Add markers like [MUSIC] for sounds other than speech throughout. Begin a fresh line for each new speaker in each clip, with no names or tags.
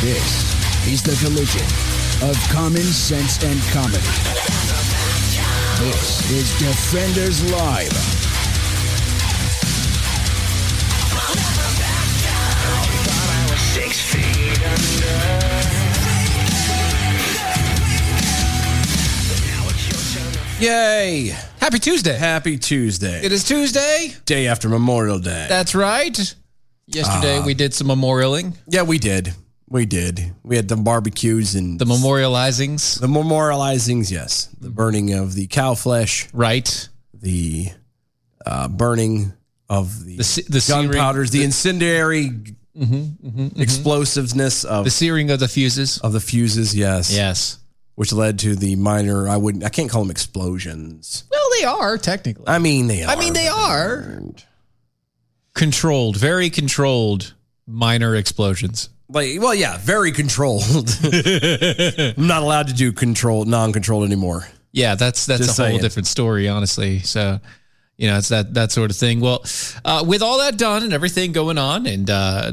This is the collision of common sense and comedy. This is Defenders Live.
Yay! Happy Tuesday.
Happy Tuesday.
It is Tuesday.
Day after Memorial Day.
That's right. Yesterday we did some memorialing,
yeah, we did. We did. We had the barbecues and
the memorializings,
the memorializings, yes. The burning of the cow flesh,
right?
the uh, burning of the,
The se- the searing-
gunpowders, the, incendiary explosiveness of,
The searing of the fuses.
of the fuses, yes.
Yes.
Which led to the minor, I wouldn't, I can't call them explosions.
Well, they are technically.
I mean, they are.
I mean, they are controlled, very controlled minor explosions.
Like, well, yeah, very [LAUGHS] controlled. I'm not allowed to do control, non-controlled anymore.
Yeah, that's that's
Just
a whole
saying.
different story, honestly. So, you know, it's that that sort of thing. Well, uh, with all that done and everything going on, and uh,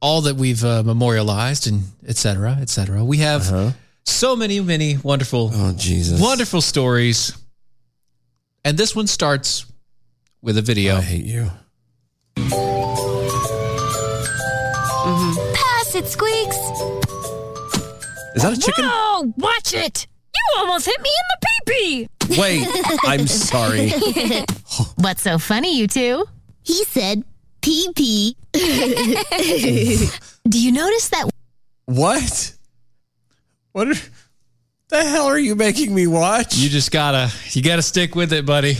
all that we've uh, memorialized and et cetera, et cetera, we have so many, many wonderful,
Uh-huh. Oh Jesus!
wonderful stories. And this one starts with a video.
I hate you.
Pass it, Squeaks.
Is that a chicken?
Oh, watch it. You almost hit me in the pee-pee.
Wait, I'm sorry.
What's so funny, you two? He said, pee pee. [LAUGHS] Do you notice that
What? What are, the hell are you making me watch?
You just gotta, you gotta stick with it, buddy.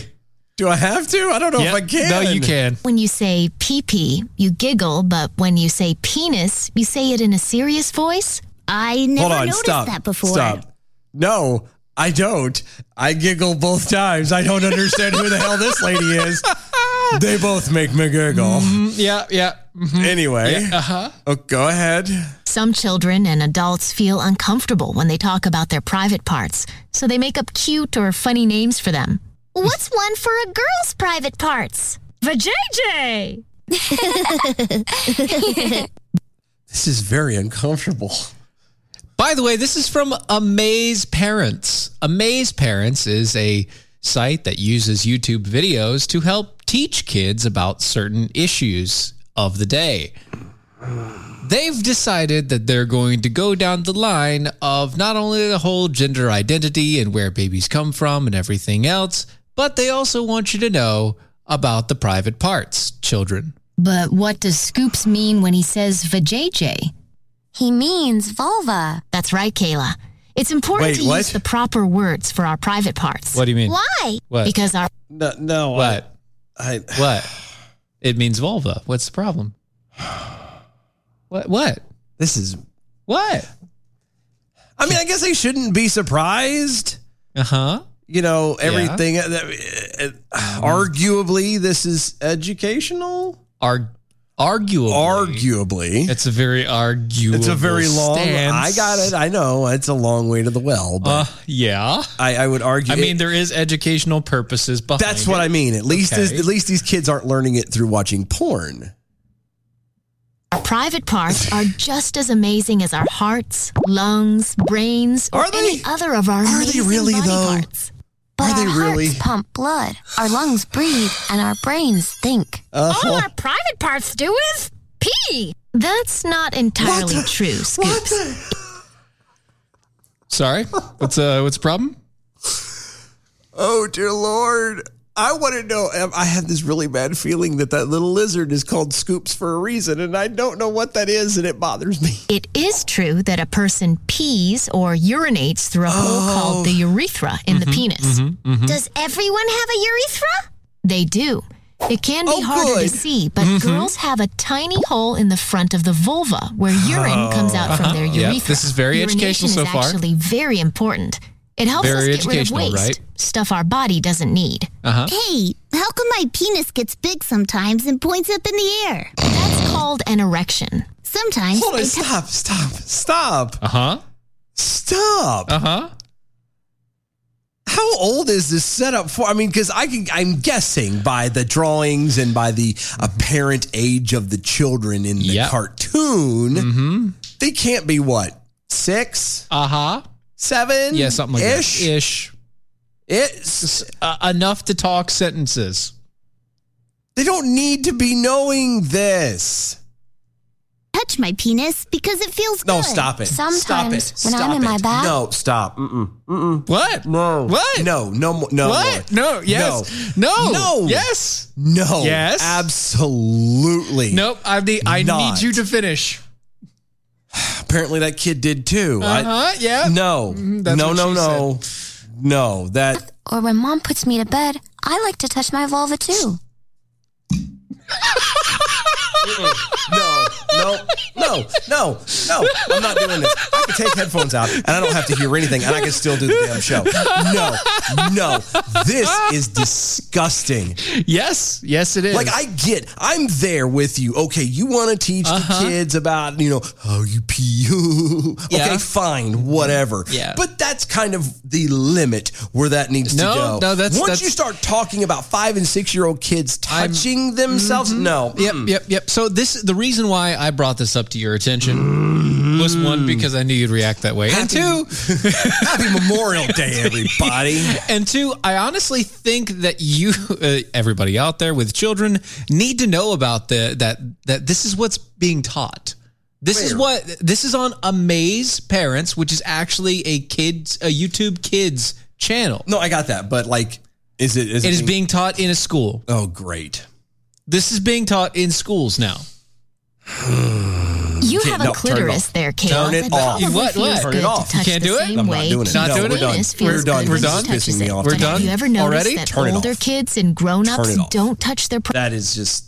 Do I have to? I don't know
Yep.
if I can.
No, you can.
when you say pee pee, you giggle, but when you say penis, you say it in a serious voice? I never
Hold on,
noticed
stop.
that before.
Stop. No, I don't. I giggle both times. I don't understand who the hell this lady [LAUGHS] is. They both make me giggle.
Yeah, yeah.
Anyway, Mm-hmm. uh-huh. oh, go ahead.
Some children and adults feel uncomfortable when they talk about their private parts, so they make up cute or funny names for them. What's one for a girl's private parts?
Vajayjay.
This is very uncomfortable.
By the way, this is from Amaze Parents. Amaze Parents is a site that uses YouTube videos to help teach kids about certain issues of the day. They've decided that they're going to go down the line of not only the whole gender identity and where babies come from and everything else, but they also want you to know about the private parts, children.
But what does Scoops mean when he says vajayjay?
He means vulva.
That's right, Kayla. It's important
Wait,
to
what?
use the proper words for our private parts.
What do you mean?
Why?
What?
Because our
No, no.
what?
I, I,
What? It means vulva. What's the problem? What? What?
this is.
What?
I mean, I guess I shouldn't be surprised.
Uh huh.
You know, everything. uh, uh, uh, Arguably, this is educational.
Arg- arguably.
Arguably.
It's a very arguable.
It's a very long.
Stance.
I got it. I know it's a long way to the well, but
Uh, yeah.
I, I would argue.
I mean, there is educational purposes behind.
that's what
it.
I mean. At least, is,
Okay.
at least these kids aren't learning it through watching porn.
our private parts are just as amazing as our hearts, lungs, brains, or
Are they?
any other of our
Are they
amazing
really,
body
though?
parts.
But
Are they
our
really?
hearts pump blood, our lungs breathe, and our brains think.
Uh-huh.
All our private parts do is pee. That's not entirely true, Scoops.
Sorry. What's uh? What's the problem?
Oh dear Lord! I want to know. I have this really bad feeling that that little lizard is called Scoops for a reason, and I don't know what that is, and it bothers me.
It is true that a person pees or urinates through a
Oh.
hole called the urethra in the
Mm-hmm.
penis.
Does everyone have a urethra?
They do. It can be
Oh,
harder
good.
to see, but
Mm-hmm.
girls have a tiny hole in the front of the vulva where urine comes out from their
Yeah,
urethra.
Oh. Uh-huh. this is very
Urination
educational so
is
far.
Actually, very important. It helps
Very
us get rid of
educational,
waste,
right?
stuff our body doesn't need.
Uh-huh.
Hey, how come my penis gets big sometimes and points up in the air?
Uh-huh.
That's called an erection.
Sometimes
Hold on!
I t-
Uh-huh.
Stop! Stop! Stop!
Uh huh.
Stop!
Uh huh.
How old is this setup for? I mean, because I can, I'm guessing by the drawings and by the apparent age of the children in the
Yep.
cartoon,
Mm. Mm-hmm.
they can't be what six,
Uh huh.
seven,
Yeah, something like
ish.
that. Ish.
It's
Uh, enough to talk sentences.
they don't need to be knowing this.
Touch my penis because it feels
No,
good.
stop it. stop it.
Sometimes when I'm
Stop
in my
it.
bath-
no, stop. Mm-mm.
What?
No.
What?
No. No. mo- No.
What?
more.
No. Yes. No.
No.
Yes.
No. No.
Yes.
Absolutely.
Nope. I need. I
Not.
need you to finish.
Apparently, that kid did too. I-
Uh-huh, yeah.
No.
that's
no.
what
No.
she
No. No. That.
Or when mom puts me to bed, I like to touch my vulva too.
No. No. No. No. No. I'm not doing this. I can take headphones out, and I don't have to hear anything, and I can still do the damn show. No. No. This is disgusting.
Yes. Yes, it is.
Like I get, I'm there with you. Okay, you want to teach
Uh-huh.
the kids about you know how you pee. okay,
Yeah.
fine, whatever.
Yeah.
but that's kind of the limit where that needs
No,
to go.
no, that's-
once
that's-
you start talking about five and six year old kids touching themselves. No,
Mm-hmm. Yep, yep, yep. So this the reason why I brought this up to your attention was
Mm.
one because I knew you'd react that way, and two,
[LAUGHS] happy Memorial
[LAUGHS]
Day, everybody.
and two, I honestly think that you, uh, everybody out there with children, need to know about the that that this is what's being taught. This is what this is on Amaze Parents, which is actually a kids a YouTube kids channel.
no, I got that, but like, is it? Is it,
It is being taught in a school.
Oh, great.
This is being taught in schools now.
You
Okay,
have a
no, turn it off.
clitoris there, Kayla.
Turn it off.
probably
What, what?
feels
Turn
good
it
to
off.
touch
Can't
the
do it?
same
I'm not
way
doing it.
Not
the
doing it?
penis
We're
feels good
done.
when
We're
she
done.
touches
Pissing me
it.
off.
But
We're
Have
done?
you ever noticed
Already?
that
Turn it
older
off.
kids and grown-ups
Turn it off.
don't touch their
That is just.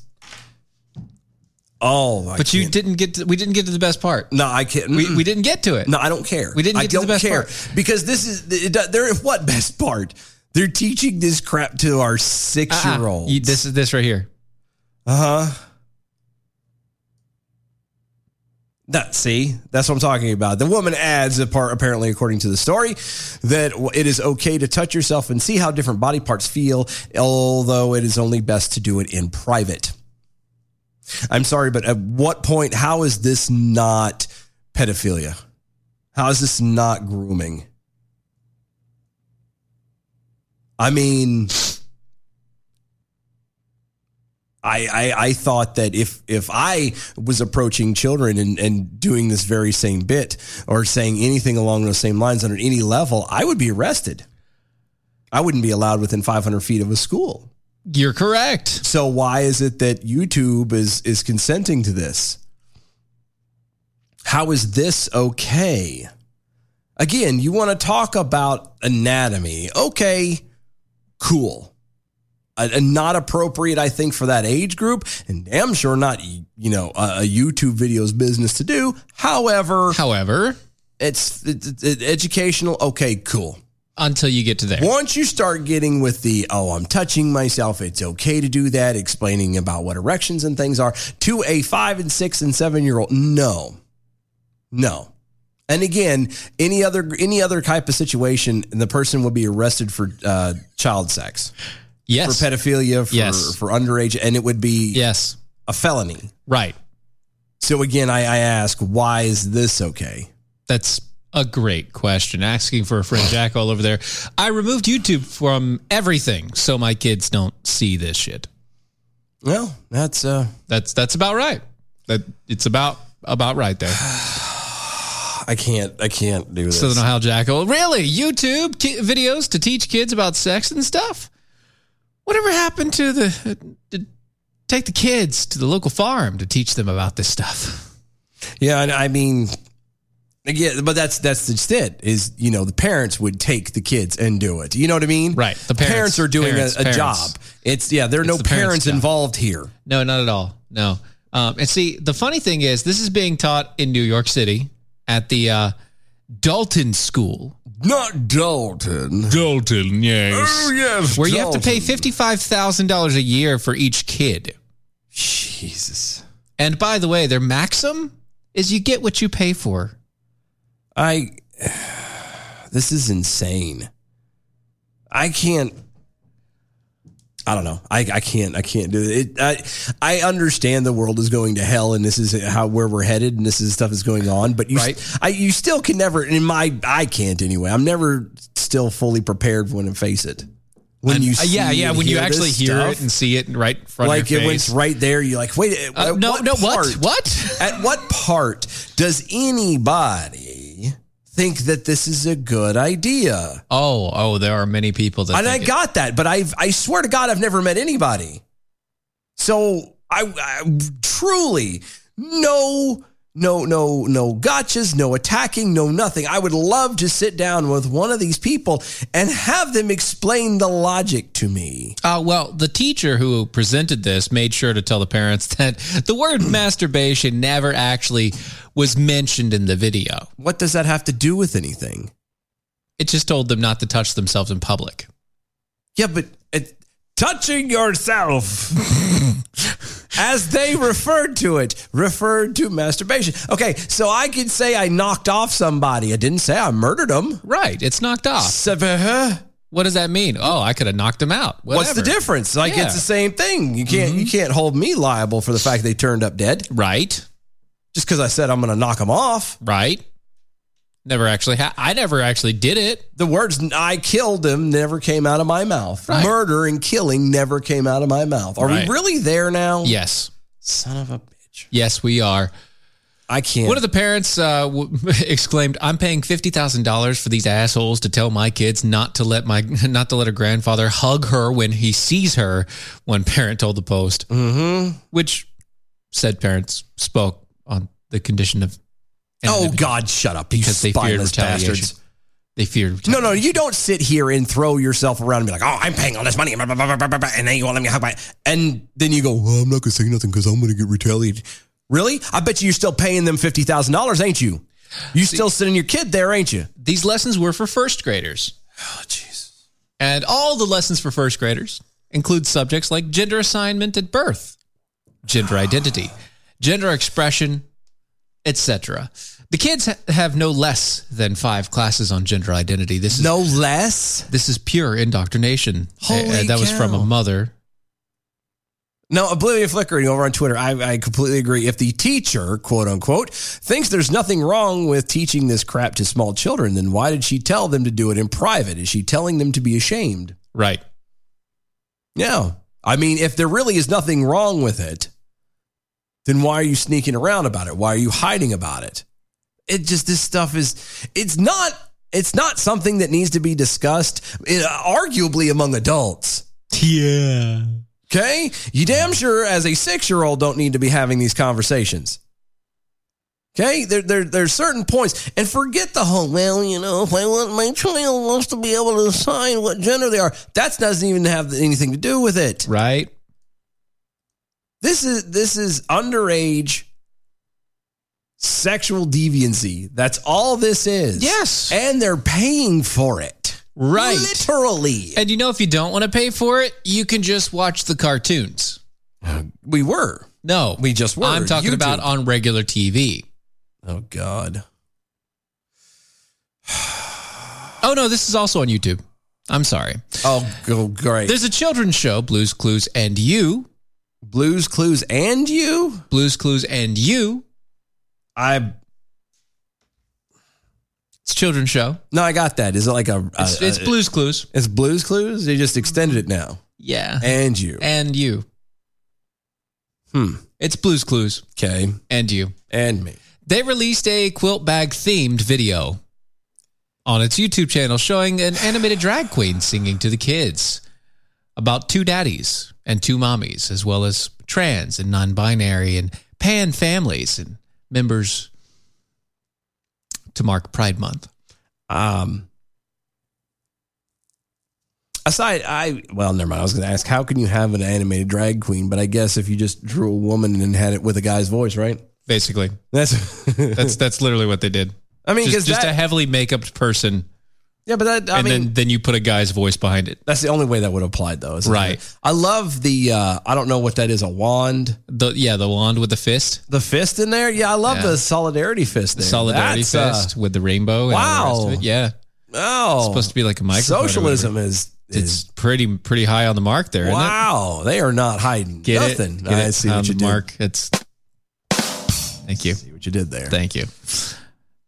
Oh, I
But you
can't-
didn't get to, we didn't get to the best part.
No, I can't.
We, we didn't get to it.
No, I don't care.
We didn't
I
get to the
don't
best
care
part.
because this is it, do- they're what best part? They're teaching this crap to our six
Uh-uh.
year olds.
You- This is this right here.
uh huh. That see, that's what I'm talking about. The woman adds a part, apparently, according to the story, that w- it is okay to touch yourself and see how different body parts feel, although it is only best to do it in private. I'm sorry, but at what point? How is this not pedophilia? How is this not grooming? I mean, I, I I thought that if if I was approaching children and, and doing this very same bit or saying anything along those same lines under any level, I would be arrested. I wouldn't be allowed within 500 feet of a school.
You're correct.
So why is it that YouTube is is consenting to this? How is this okay? Again, you want to talk about anatomy. Okay, cool. Uh, uh, not appropriate, I think, for that age group, and damn sure not, you know, a, a YouTube video's business to do. However,
However,
it's, it's, it's educational. Okay, cool.
until you get to there.
Once you start getting with the, oh, I'm touching myself, it's okay to do that, explaining about what erections and things are to a five and six and seven year old, no, no. And again, any other any other type of situation, the person will be arrested for uh, child sex,
Yes.
for pedophilia, for,
Yes.
for underage, and it would be
yes.
a felony.
Right.
So again, I, I ask, why is this okay?
That's a great question. Asking for a friend Jack all over there. I removed YouTube from everything so my kids don't see this shit.
Well, that's uh,
That's that's about right. That it's about about right there.
I can't I can't do this.
Southern Ohio Jackal. Really? YouTube ki- videos to teach kids about sex and stuff? Whatever happened to the uh, to take the kids to the local farm to teach them about this stuff?
Yeah, and I mean, yeah, but that's that's just it. Is you know the parents would take the kids and do it. You know what I mean?
Right, the
The parents,
parents,
are doing
parents,
a, a
parents.
job. It's yeah. There are no
the parents'
parents
job.
involved here.
No, not at all. No. Um, and see, the funny thing is, this is being taught in New York City at the uh, Dalton School.
Not Dalton.
Dalton, Oh, yes.
yes,
Where you have to pay $55,000 a year for each kid.
Jesus,
And by the way, their maxim is you get what you pay for.
[SIGHS] I. This is insane. I can't. I don't know. I, I can't. I can't do it. it I I understand the world is going to hell, and this is how where we're headed, and this is stuff is going on. But you,
Right.
I you still can never. In my, I can't anyway. I'm never still fully prepared when I face it. When you,
Uh, yeah,
see
yeah.
and
When you
this
actually hear
stuff,
it and see it right in front
like
of your
it, when
face.
it's right there, you're like, wait,
Uh,
at
no, no. What?
part-
What?
at what part does anybody think that this is a good idea?
Oh, oh. There are many people that.
and I
think it-
got that, but I've I swear to God, I've never met anybody. So I, I truly no no no no gotchas, no attacking, no nothing. I would love to sit down with one of these people and have them explain the logic to me.
Uh, well, the teacher who presented this made sure to tell the parents [LAUGHS] that the
[CLEARS THROAT]
word masturbation never actually was mentioned in the video.
What does that have to do with anything?
It just told them not to touch themselves in public.
Yeah, but it,
[LAUGHS]
touching yourself, as they referred to it, referred to masturbation. Okay, so I could say I knocked off somebody. I didn't say I murdered them.
Right. It's knocked off.
So, uh,
What does that mean? Oh, I could have knocked him out.
What's the
Whatever.
difference? Like
Yeah. Mm-hmm.
it's the same thing. You can't you can't hold me liable for the fact they turned up dead
Right.
just because I said I'm going to knock them off.
Right. Never actually. Ha- I never actually did it.
The words "I killed them" never came out of my mouth.
Right.
Murder and killing never came out of my mouth. Are
Right.
we really there now?
Yes.
Son of a bitch.
Yes, we are.
I can't.
One of the parents uh, w- [LAUGHS] exclaimed, "I'm paying fifty thousand dollars for these assholes to tell my kids not to let my [LAUGHS] not to let her grandfather hug her when he sees her." One [LAUGHS] parent told the Post, mm-hmm. which said parents spoke on the condition of
Oh God, shut up! You
Because they feared
spineless
retaliation.
bastards.
they feared.
No, no, you don't sit here and throw yourself around and be like, "Oh, I'm paying all this money," blah, blah, blah, blah, blah, blah, and then you won't let me hug my. And then you go, well, "I'm not going to say nothing because I'm going to get retaliated." Really? I bet you you're still paying them fifty thousand dollars, ain't you? You still sitting your kid there, ain't you?
These lessons were for first graders.
Oh, jeez.
And all the lessons for first graders include subjects like gender assignment at birth,
[SIGHS]
gender identity, gender expression, etc. The kids ha- have no less than 5 classes on gender identity. This is
No less.
this is pure indoctrination.
Holy
that was from
cow.
a mother.
No, Oblivion Flickering over on Twitter. I, I completely agree. If the teacher, quote unquote, thinks there's nothing wrong with teaching this crap to small children, then why did she tell them to do it in private? Is she telling them to be ashamed?
Right.
Yeah. I mean, if there really is nothing wrong with it, then why are you sneaking around about it? Why are you hiding about it? It just this stuff is it's not it's not something that needs to be discussed uh, arguably among adults.
Yeah.
Okay? You damn sure as a 6-year-old don't need to be having these conversations. Okay, there, there, there's certain points, and forget the whole. Well, you know, if I want my child wants to be able to decide what gender they are, that doesn't even have anything to do with it.
Right.
This is this is underage sexual deviancy. That's all this is.
Yes.
And they're paying for it.
Right.
Literally.
And you know if you don't want to pay for it, you can just watch the cartoons.
We were.
No,
We just were.
I'm talking
YouTube.
about on regular TV.
Oh God.
Oh no, this is also on YouTube. I'm sorry.
Oh, go great.
There's a children's show, Blues Clues and You.
Blues Clues and you.
Blues Clues and You.
I
It's a children's show.
no, I got that. Is it like a?
It's,
a-
it's
a-
Blues Clues.
It's Blues Clues. They just extended it now.
Yeah. And,
And you.
You.
Hmm.
It's Blues Clues
Okay.
and You.
And me.
They released a quilt bag themed video on its YouTube channel showing an animated drag queen singing to the kids about two daddies and two mommies, as well as trans and non binary and pan families and members to mark Pride Month.
Um, aside, I well, never mind. I was going to ask, how can you have an animated drag queen? But I guess if you just drew a woman and had it with a guy's voice, right?
Basically,
That's [LAUGHS]
that's that's literally what they did.
I mean,
Just,
because
just a
that,
heavily makeuped person,
yeah, but that I
and
mean,
then then you put a guy's voice behind it.
that's the only way that would have applied, though. isn't
Right.
it? I love the. uh I don't know what that is. A wand,
The yeah, the wand with the fist,
the fist in there. Yeah, I love
Yeah.
the solidarity fist.
the
There.
solidarity
That's, uh,
fist with the rainbow. And all the rest of
Wow.
it. yeah,
oh,
supposed to be like a microphone or
Socialism is
It's pretty pretty high on the mark there. isn't it?
Wow, they are not hiding
Get
nothing.
it? Get
I
it
see
on
what you
the
did.
mark. It's thank you,
See what you did there.
thank you.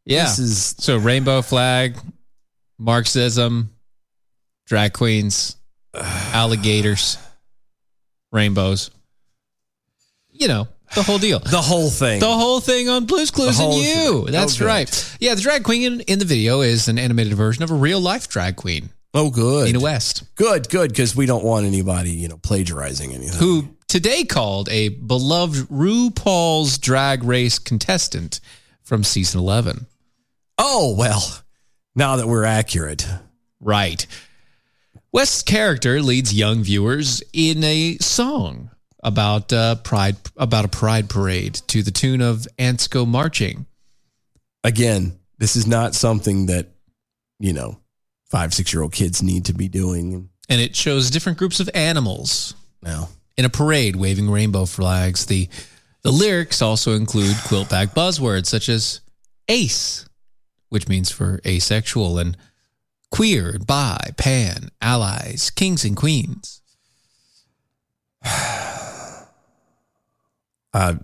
Yeah.
This is
so rainbow flag, Marxism, drag
[SIGHS]
queens, alligators, rainbows. You know the whole deal.
[SIGHS] the whole thing.
The whole thing on Blues Clues
The
and
whole
You.
shebang.
That's
Oh, good.
right. Yeah, the drag queen in, in the video is an animated version of a real life drag queen,
oh, good.
Nina West,
Good, good, because we don't want anybody, you know, plagiarizing anything.
who today called a beloved RuPaul's drag race contestant from season 11.
Oh, well, now that we're accurate.
Right. West's character leads young viewers in a song about uh, pride about a pride parade to the tune of Ants Go Marching.
Again, this is not something that, you know, five, six year old kids need to be doing
And it shows different groups of animals
now.
in a parade waving rainbow flags. The the lyrics also include quilt bag buzzwords such as ace, which means for asexual, and queer, bi, pan, allies, kings and queens.
Uh,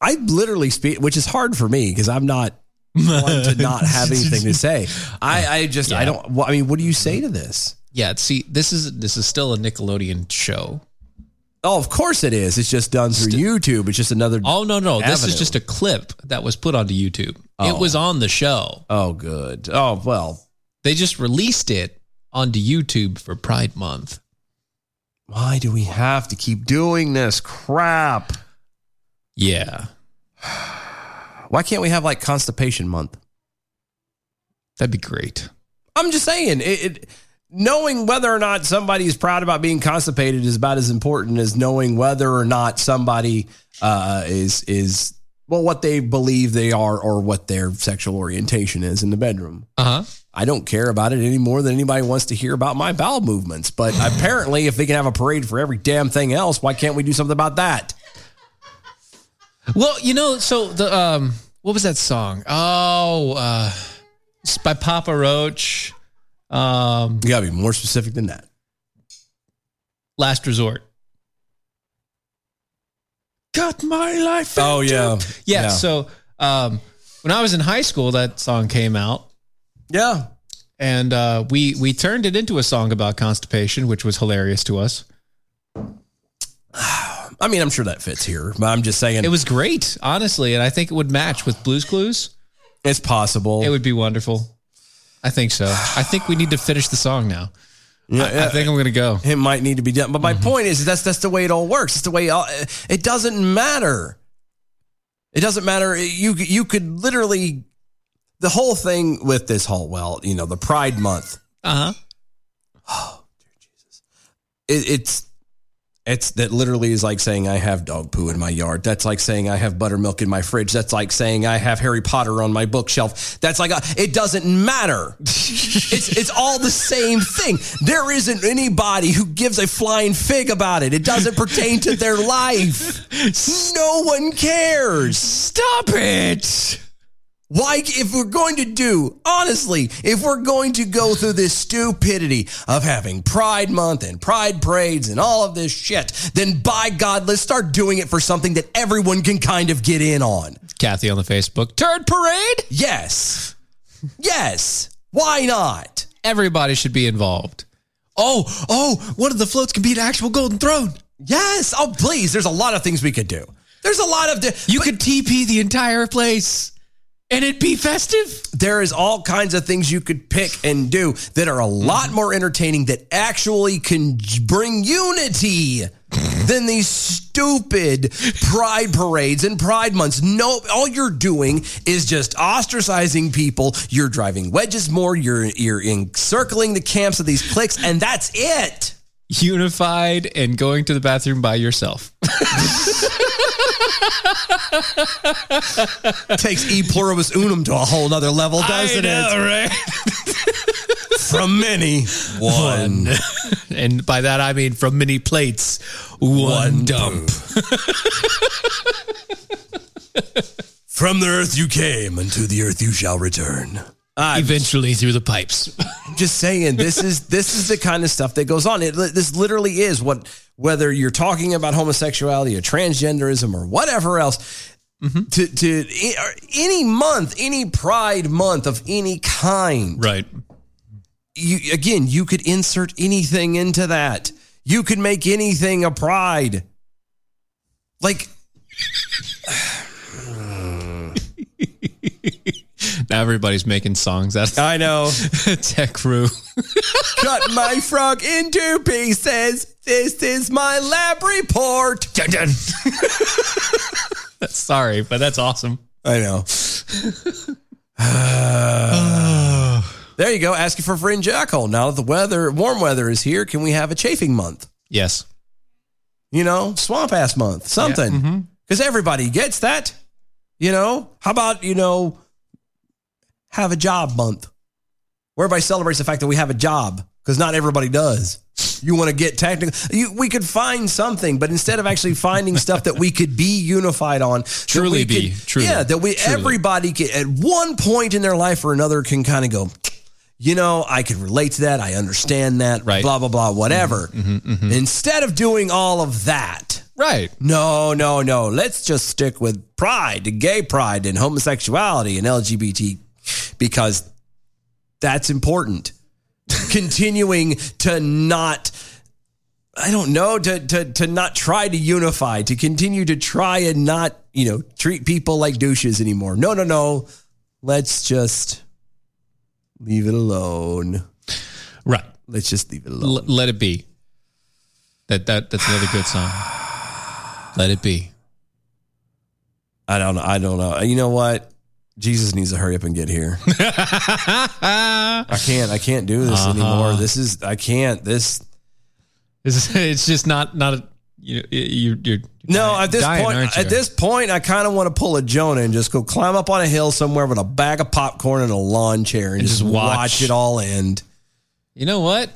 I literally speak, which is hard for me because I'm not one to [LAUGHS] not have anything to say. I, I just, I
Yeah.
don't, well, I mean, what do you say to this?
Yeah, see, this is this is still a Nickelodeon show.
Oh, of course it is. It's just done through YouTube. It's just another.
Oh no, no, this
Avenue.
is just a clip that was put onto YouTube.
Oh.
It was on the show.
Oh, good. Oh, well,
They just released it onto YouTube for Pride Month.
why do we have to keep doing this crap?
Yeah,
Why can't we have like constipation month?
that'd be great.
I'm just saying, it, it, knowing whether or not somebody is proud about being constipated is about as important as knowing whether or not somebody uh, is is well what they believe they are or what their sexual orientation is in the bedroom.
Uh huh.
I don't care about it any more than anybody wants to hear about my bowel
[LAUGHS]
movements. But apparently, if they can have a parade for every damn thing else, why can't we do something about that?
Well, you know, so the um, what was that song? Oh, uh, it's by Papa Roach, um,
You gotta be more specific than that.
Last Resort. Got my life.
Oh, yeah.
yeah.
Yeah.
So, um, when I was in high school, that song came out,
Yeah.
and uh, we we turned it into a song about constipation, which was hilarious to us.
I mean, I'm sure that fits here, but I'm just saying
It
it
was
was,
great, honestly, and I think it would match with Blue's Clues.
it's possible.
It would be wonderful. I think so. I think we need to finish the song now.
Yeah,
I think Mm-hmm. I'm gonna go.
it might need to be done. But my point is that's that's the way it all works. It's the way it all, it doesn't matter. It doesn't matter. You you could literally the whole thing with this whole well, you know, the Pride Month.
Uh huh.
It, it's it's that literally is like saying I have dog poo in my yard. That's like saying I have buttermilk in my fridge. That's like saying I have Harry Potter on my bookshelf. That's like a, it doesn't
[LAUGHS]
matter. it's it's all the same thing. There isn't anybody who gives a flying fig about it. It doesn't pertain to their life.
[LAUGHS]
No one cares.
Stop it.
Why, if we're going to do, honestly, if we're going to go through this stupidity of having Pride Month and Pride Parades and all of this shit, then by God, let's start doing it for something that everyone can kind of get in on.
Kathy on the Facebook. Turd parade.
Yes. Yes. Why not?
Everybody should be involved. Oh, oh, one of the floats can be an actual golden throne.
Yes. Oh, please. There's a lot of things we could do. There's a lot of. Di-
You could TP the entire place and it'd be festive.
there is all kinds of things you could pick and do that are a lot more entertaining that actually can j- bring unity than these stupid pride parades and pride months. No, all you're doing is just ostracizing people. You're driving wedges more. You're you're encircling the camps of these cliques, and that's it.
Unified and going to the bathroom by [LAUGHS] yourself.
Takes e pluribus unum to a whole nother level, doesn't it?
right?
From many, one.
And by that I mean from many plates, one, dump.
From the earth you came, and to the earth you shall return. Ah,
eventually through the pipes.
I'm just saying this is this is the kind of stuff that goes on. It li- this literally is what whether you're talking about homosexuality or transgenderism or whatever else. To to i- or any month, any Pride month of any kind,
right.
you again, you could insert anything into that. You could make anything a pride. Like
Now everybody's making songs out of
I know,
[LAUGHS] Tech Roo.
cut my frog into pieces. This is my lab report.
Sorry, but [LAUGHS] that's
[SIGHS]
awesome.
I know. there you go. Asking for a friend Jackal. Now that the weather, warm weather is here, can we have a chafing month?
Yes.
You know, swamp ass month, something. Because
mm-hmm.
everybody gets that. You know, how about, you know, have a job month? Whereby celebrates the fact that we have a job because not everybody does. You want to get technical. You, we could find something, but instead of actually finding stuff that we could be unified on, that
Truly
we
be,
could-
truly,
yeah, that we
truly.
everybody can, at one point in their life or another can kind of go, you know, I could relate to that. I understand that.
Right.
Blah blah blah. Whatever. Instead of doing all of that,
Right.
no, no, no. Let's just stick with pride, and gay pride, and homosexuality and LGBT because that's important. Continuing to not, I don't know, to, to, to not try to unify, to continue to try and not, you know, treat people like douches anymore. No, no, no. Let's just leave it alone.
Right.
Let's just leave it alone.
L- let it be. That that that's another good song. Let it
[LAUGHS]
be.
I don't know. I don't know. You know what? Jesus needs to hurry up and get here. I can't. I can't do this anymore. This is. I can't. This.
It's, it's just not not a, you you you're, you're
No.
dying-
at this
dying, aren't
point.
you?
At this point, I kind of want to pull a Jonah and just go climb up on a hill somewhere with a bag of popcorn and a lawn chair and, just,
just
watch.
watch.
it all end.
you know what?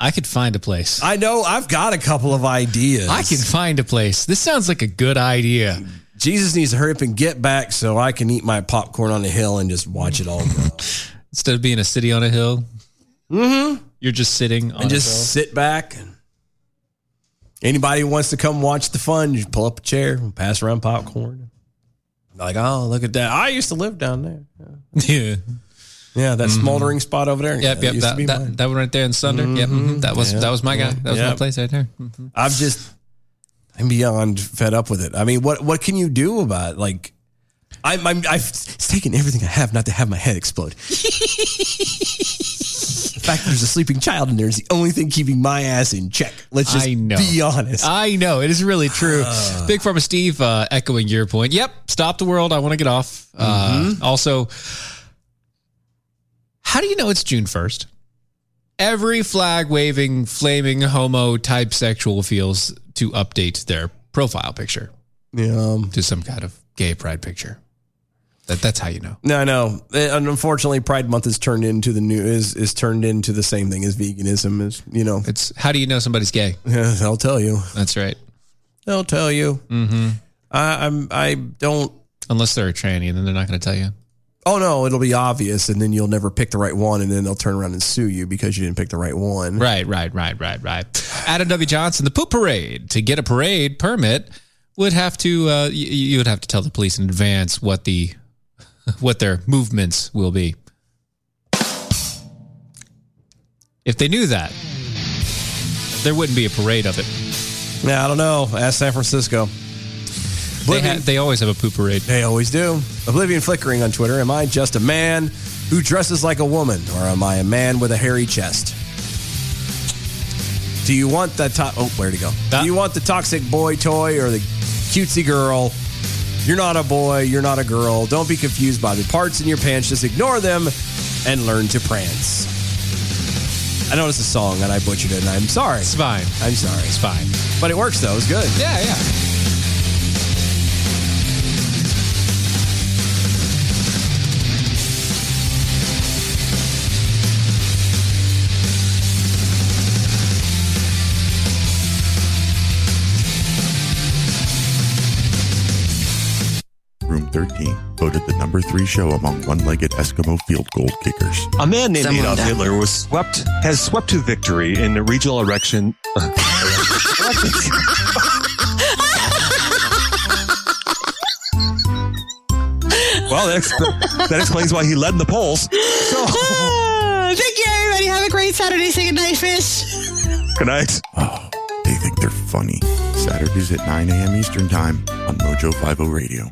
I could find a place. I,
I know. I've got a couple of ideas.
can find a place. This sounds like a good idea.
Jesus needs to hurry up and get back so I can eat my popcorn on the hill and just watch it all [LAUGHS] go
Instead of being a city on a hill, you're just sitting on
and
a
just
hill.
sit back. and Anybody who wants to come watch the fun, you pull up a chair, pass around popcorn. Like, oh, look at that! I used to live down there.
[LAUGHS] Yeah.
Yeah, that smoldering spot over there.
Mm-hmm. Yep,
Yeah,
yep.
used to
That,
be
that,
mine.
that one right there in Sunder. Yep. mhm. That was
Yeah.
that was my guy. That was
Yeah.
my place right there.
I've just, I'm beyond fed up with it. I mean, what what can you do about it? like? I'm, I'm I've it's taken everything I have not to have my
[LAUGHS]
head explode. the fact that there's a sleeping child in there is the only thing keeping my ass in check. Let's just
I know.
be honest.
I know it is really true.
Ah.
Big Pharma Steve uh, echoing your point. Yep, stop the world. I want to get off. Uh, also, how do you know it's June first? Every flag waving, flaming homo type sexual feels to update their profile picture
yeah. um,
to some kind of gay pride picture. That that's how you know.
No, no. Uh, and Unfortunately, Pride Month is turned into the new is is turned into the same thing as veganism. Is you know, [LAUGHS]
It's how do you know somebody's gay?
I'll tell you,
That's right.
I'll tell you. Mm-hmm. I, I'm I don't.
Unless they're a tranny, and then they're not going to tell you.
Oh no, it'll be obvious, and then you'll never pick the right one, and then they'll turn around and sue you because you didn't pick the right one.
Right, right, right, right, right. Adam W. Johnson, the poop parade. To get a parade permit, would have to uh, y- you would have to tell the police in advance what the [LAUGHS] what their movements will be. If they knew that, there wouldn't be a parade of it.
Yeah, I don't know. Ask San Francisco.
They,
Oblivion-
ha- they always have a poop parade.
They always do. Oblivion flickering on Twitter. Am I just a man who dresses like a woman, or am I a man with a hairy chest? Do you want that? To- oh, where to go?
That-
do you want the toxic boy toy or the cutesy girl? You're not a boy. You're not a girl. Don't be confused by the parts in your pants. Just ignore them and learn to prance. I know it's a song and I butchered it, and I'm sorry.
It's fine.
I'm sorry.
It's fine.
But it works though. It's good.
Yeah, yeah.
Room 13. voted the number three show among one-legged Eskimo field goal kickers.
A man named
Someone
Adolf
down.
Hitler was swept has swept to victory in the regional election. [LAUGHS] well, that, expl- that explains why he led in the polls. So,
Ah, Thank you, everybody. Have a great Saturday. Say goodnight, fish.
good night.
Oh, they think they're funny. Saturdays at 9 a.m. Eastern Time on Mojo 50 Radio.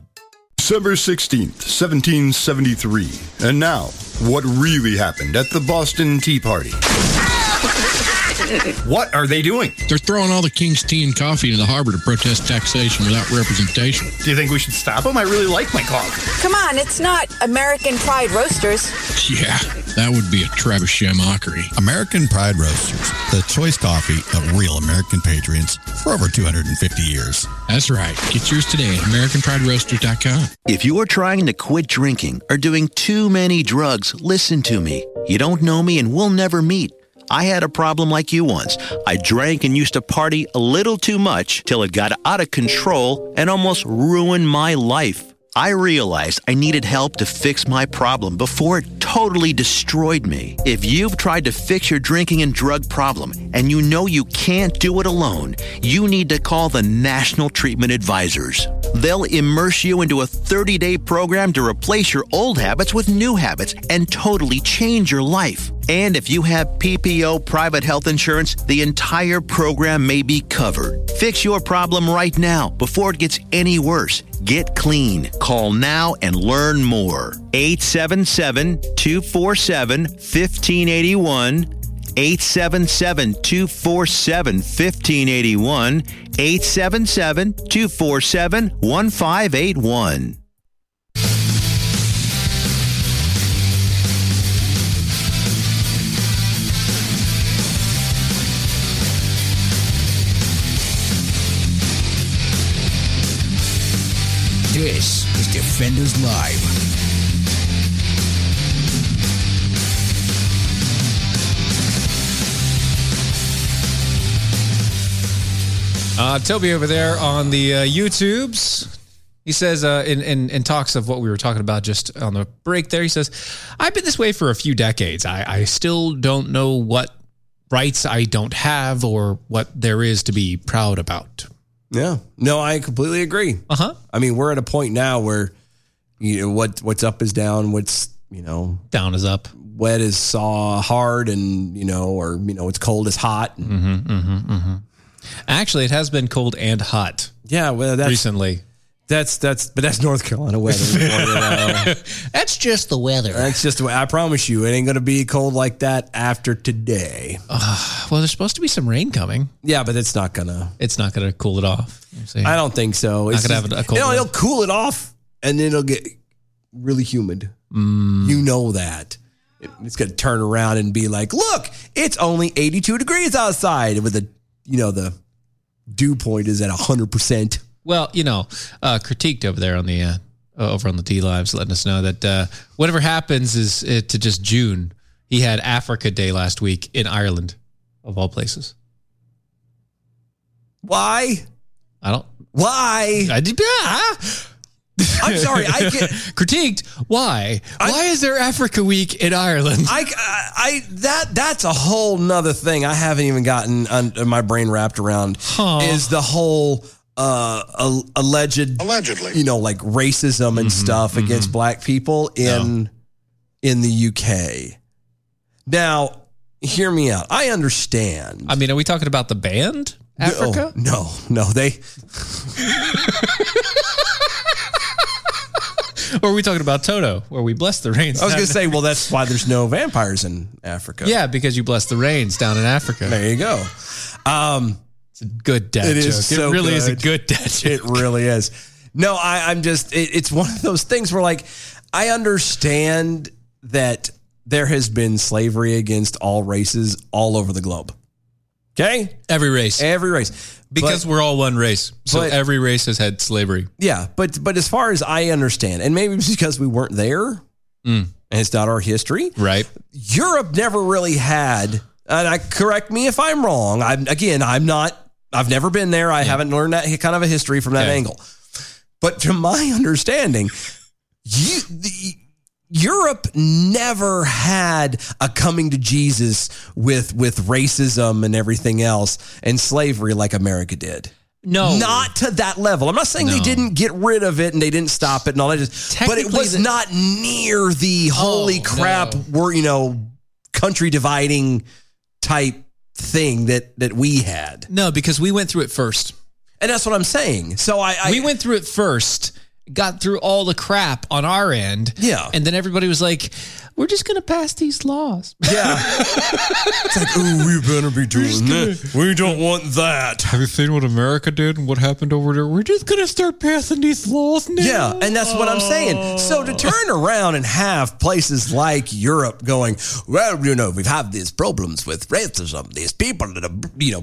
December 16th, 1773. And now, what really happened at the Boston Tea Party? what are they doing?
They're throwing all the king's tea and coffee into the harbor to protest taxation without representation.
Do you think we should stop them? I really like my coffee.
Come on, it's not American Pride Roasters.
Yeah, that would be a trebuchet mockery.
American Pride Roasters, the choice coffee of real American patriots for over 250 years.
That's right. Get yours today at AmericanPrideRoaster.com.
If you are trying to quit drinking or doing too many drugs, listen to me. You don't know me and we'll never meet. I had a problem like you once. I drank and used to party a little too much till it got out of control and almost ruined my life. I realized I needed help to fix my problem before it totally destroyed me. If you've tried to fix your drinking and drug problem and you know you can't do it alone, you need to call the National Treatment Advisors. They'll immerse you into a 30 day program to replace your old habits with new habits and totally change your life. And if you have PPO private health insurance, the entire program may be covered. Fix your problem right now before it gets any worse. Get clean. Call now and learn more. 877 247 1581. 877 247 1581. 877 247 1581.
This is Defenders Live.
Uh, Toby over there on the uh, YouTubes, he says uh, in, in in talks of what we were talking about just on the break there. He says, "I've been this way for a few decades. I, I still don't know what rights I don't have or what there is to be proud about."
Yeah. No, I completely agree.
Uh huh.
I mean, we're at a point now where you know, what what's up is down, what's you know
Down is up.
wet is saw hard, and you know, or you know, what's cold is hot. And
Actually, it has been cold and hot
yeah, well, that's
recently.
that's that's, but that's North Carolina weather.
[LAUGHS]
Uh,
That's just the weather.
that's just the way. I promise you, it ain't gonna be cold like that after today.
Well, there's supposed to be some rain coming.
Yeah, but it's not gonna.
It's not going to cool it off. I'm saying.
I don't think so. It's
gonna
just-
have a- a cold
you know,
one.
it'll cool it off, and then it'll get really humid.
Mm.
You know that. It- It's gonna turn around and be like, look, it's only 82 degrees outside, with the you know the dew point is at 100. percent
Well, you know, uh, critiqued over there on the uh, over on the D lives, letting us know that uh, whatever happens is uh, to just June. He had Africa Day last week in Ireland, of all places.
Why?
I don't.
Why?
I did. [LAUGHS] Ah!
I'm sorry. I [LAUGHS] get.
critiqued. Why? Why is there Africa Week in Ireland?
I, I I- that that's a whole nother thing I haven't even gotten un, my brain wrapped around
Huh.
is the whole uh al- alleged
Allegedly.
you know like racism
Mm-hmm.
and stuff against black people in in the UK. Now, hear me out. I understand. Oh,
I mean, are we talking about the band Africa?
No, no, no they
Or are we talking about Toto, where we bless the rains?
I
[LAUGHS]
was going to say well that's why there's no vampires in Africa.
yeah, because you bless the rains down in Africa.
There you go. Um
It's a good dad
It
joke.
is so
it really is a good
good.
dad joke.
It really is. No, I, I'm just. It, it's one of those things where, like, I understand that there has been slavery against all races all over the globe. Okay,
Every race.
every race.
Because
But-
we're all one race. So
but-
every race has had slavery.
yeah, but but as far as I understand, and maybe it's because we weren't there, and it's not our history.
Right.
Europe never really had. And I correct me if I'm wrong. I'm again, I'm not. I've never been there. I haven't learned that kind of a history from that
Okay.
angle. But to my understanding, you, the, Europe never had a coming to Jesus with with racism and everything else and slavery like America did.
No.
not to that level. I'm not saying they
Oh. No.
didn't get rid of it and they didn't stop it and all that. But it
Technically,
was
the-
not near the holy
Oh,
crap.
no.
We're you know country dividing type thing that that we had.
No, because we went through it first.
And that's what I'm saying. So I, I
we went through it first, got through all the crap on our end. Yeah. And then everybody was like, we're just going to pass these laws.
It's like, oh, we better be doing that. We don't want
[LAUGHS]
that.
Have you seen what America did and what happened over there? We're just going to start passing these laws now.
Yeah, and that's what I'm saying. So
Oh.
to turn around and have places like Europe going, well, you know, we've had these problems with racism. These people that are, you know,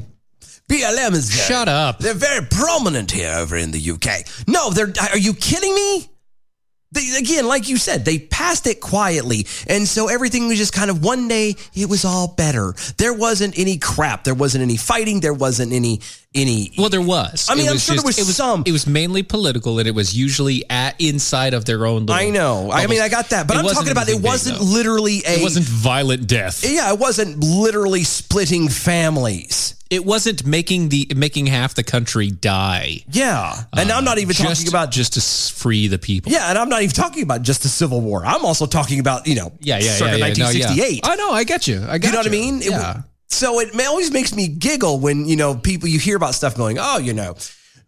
BLM is very,
Shut up.
They're very prominent here over in the UK. No, they're. Are you kidding me? They, again, like you said, they passed it quietly, and so everything was just kind of one day. It was all better. There wasn't any crap. There wasn't any fighting. There wasn't any any.
Well, there was.
I mean,
It
I'm sure there was
it was
some.
It was mainly political, and it was usually at inside of their own. Little
I know. I
bubbles.
mean, I got that, but
It
I'm
wasn't
talking about it
anything big,
wasn't
though.
literally a.
It wasn't violent death.
Yeah, it wasn't literally splitting families.
It wasn't making the making half the country die.
Yeah, and I'm not even
Uh, just,
talking about.
just to s- free the people.
Yeah, and I'm not even talking about just the Civil War. I'm also talking about you know,
Yeah, yeah,
circa
yeah, yeah, no, yeah.
1968.
I know. I get you. I get
you know what I
you.
mean? It-
Yeah.
so it ma- always makes me giggle when you know people you hear about stuff going, oh, you know,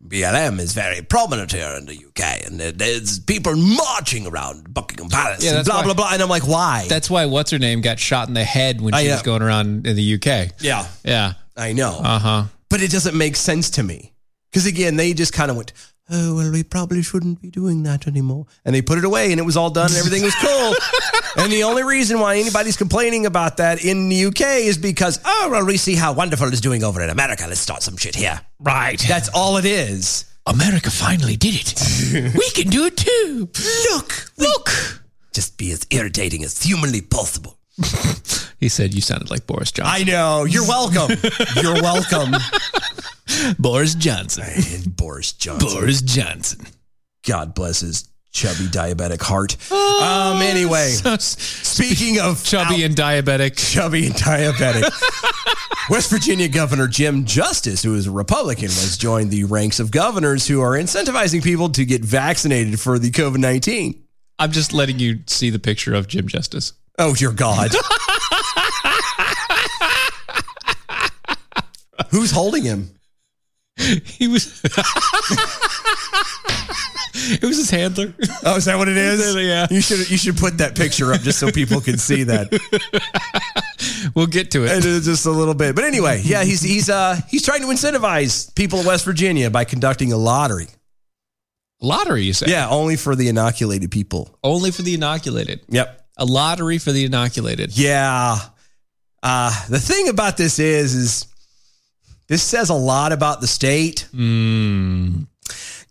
BLM is very prominent here in the UK, and there- there's people marching around Buckingham Palace,
Yeah,
and
that's
blah
why-
blah blah, and I'm like, why?
That's why what's her name got shot in the head when
I
she
know.
was going around in the UK.
yeah,
Yeah.
I know.
Uh huh.
but it doesn't make sense to me because again they just kind of went oh well we probably shouldn't be doing that anymore and they put it away and it was all done and everything was [LAUGHS] cool and the only reason why anybody's complaining about that in the uk is because oh well we see how wonderful it's doing over in america let's start some shit here right that's all it is
America finally did [LAUGHS] it. we can do it too.
Look, look. just be as irritating as humanly possible
He said you sounded like Boris Johnson.
i know you're welcome [LAUGHS] you're [LAUGHS] welcome
Boris Johnson.
and boris johnson
Boris Johnson.
god bless his chubby
[LAUGHS]
diabetic heart um anyway Speaking of
Oh, chubby and diabetic,
chubby and
[LAUGHS]
diabetic, West Virginia Governor Jim Justice, who is a Republican, has joined the ranks of governors who are incentivizing people to get vaccinated for the COVID 19.
I'm just letting you see the picture of Jim Justice.
Oh, dear God.
[LAUGHS]
Who's holding him?
He
[LAUGHS]
was. it was his handler.
Oh, is that what it is?
Yeah.
You should you should put that picture up just so people can see that.
We'll get to
And
it.
it's just a little bit. But anyway, yeah, he's he's uh he's trying to incentivize people in West Virginia by conducting a lottery.
Lottery, you said?
Yeah, only for the inoculated people.
Only for the inoculated.
Yep.
A lottery for the inoculated.
Yeah. Uh, the thing about this is, is this says a lot about the state.
Mm.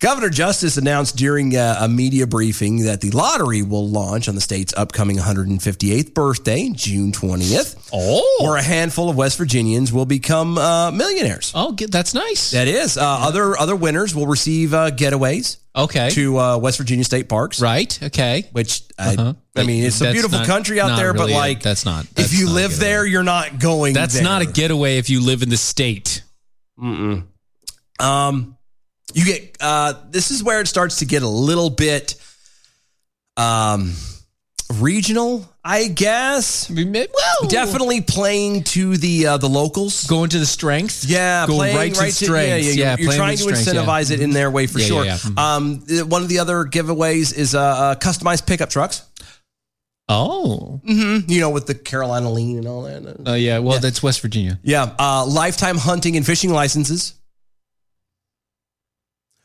Governor Justice announced during a, a media briefing that the lottery will launch on the state's upcoming 158th birthday, June 20th, where
Oh.
a handful of West Virginians will become uh, millionaires.
Oh, get- that's nice.
That is, uh, other other winners will receive uh, getaways
okay.
to uh, West Virginia state parks.
right. Okay.
Which I,
Uh-huh.
I mean, it's a
That's
beautiful
not-
country out
not
there, but
really a-
like,
that's not.
if
that's
you
not a
live
getaway.
there, you're not going.
that's
there.
not a getaway if you live in the state.
Mm-mm. Um, you get uh, this is where it starts to get a little bit um regional, I guess.
Well,
Definitely playing to the uh, the locals.
going to the strength.
Yeah,
Go
playing
right to strengths.
yeah,
Yeah,
yeah, you're, you're
playing
trying
with
to
strengths, yeah.
incentivize it in their way for
Yeah, yeah,
sure.
yeah. Mhm.
Um, th- one of the other giveaways is uh, uh customized pickup trucks.
Oh.
Mm-hmm. You know, with the Carolina lean and all that. Uh,
Oh yeah. Well, that's West Virginia.
Yeah, uh, lifetime hunting and fishing licenses,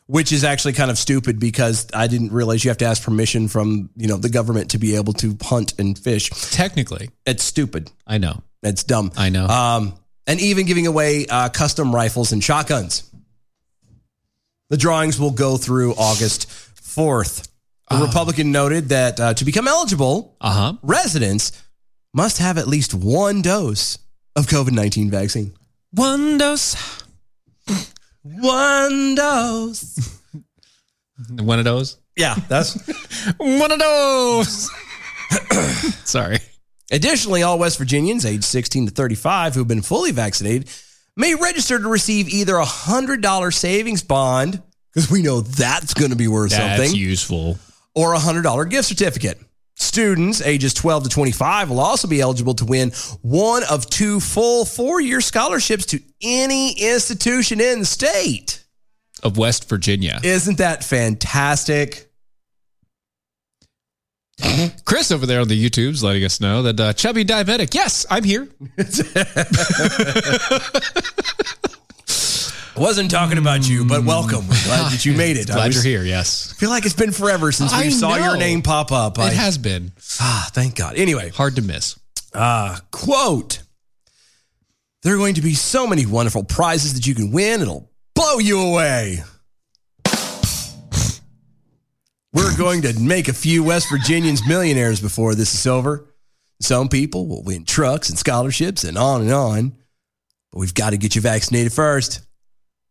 which is actually kind of stupid because I didn't realize you have to ask permission from you know the government to be able to hunt and fish.
Technically,
It's stupid.
I know.
It's dumb.
I know.
Um, and even giving away uh, custom rifles and shotguns. The drawings will go through August fourth. The Republican noted that uh, to become eligible,
Uh huh.
residents must have at least one dose of COVID nineteen vaccine.
One dose.
One dose.
One of those.
[LAUGHS] Yeah, that's
one of those. Sorry.
Additionally, all West Virginians aged 16 to 35 who've been fully vaccinated may register to receive either a $100 savings bond, because we know that's going to be worth
That's
[LAUGHS] something,
useful.
or a $100 gift certificate. Students ages 12 to 25 will also be eligible to win one of two full four year scholarships to any institution in the state.
Of West Virginia.
Isn't that fantastic?
Chris over there on the YouTube's letting us know that uh, chubby diabetic. Yes, I'm here.
Wasn't talking about you, but welcome. We're
[LAUGHS]
glad that you made it. I
Mm. Glad
was-
you're here. Yes.
feel like it's been forever since we
I
saw
know.
your name pop up.
It has been.
Ah, thank God. Anyway,
hard to miss.
Uh, quote There are going to be so many wonderful prizes that you can win, it'll blow you away. We're going to make a few West Virginians millionaires before this is over. Some people will win trucks and scholarships and on and on, but we've got to get you vaccinated first.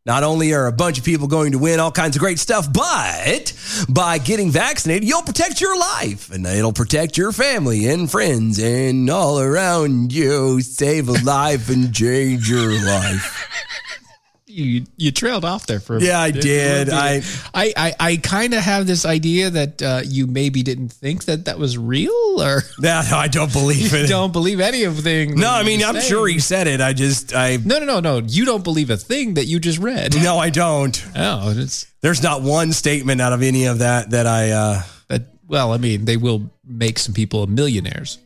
Not only are a bunch of people going to win all kinds of great stuff, but by getting vaccinated, you'll protect your life and it'll protect your family and friends and all around you. Save a life and change your life.
You you trailed off there for a
Yeah, I
minute.
did. I-
I I, I kind of have this idea that uh, you maybe didn't think that that was real,
[LAUGHS]
or
[LAUGHS] No, no, I don't believe
you [LAUGHS]
it.
don't believe any of thing.
No,
that
I mean,
you're
I'm
saying.
sure he said it. I just, I.
No, no, no, no. You don't believe a thing that you just read.
No, I don't.
Oh, it's
There's not one statement out of any of that that I. Uh,
that. Well, I mean, they will make some people millionaires.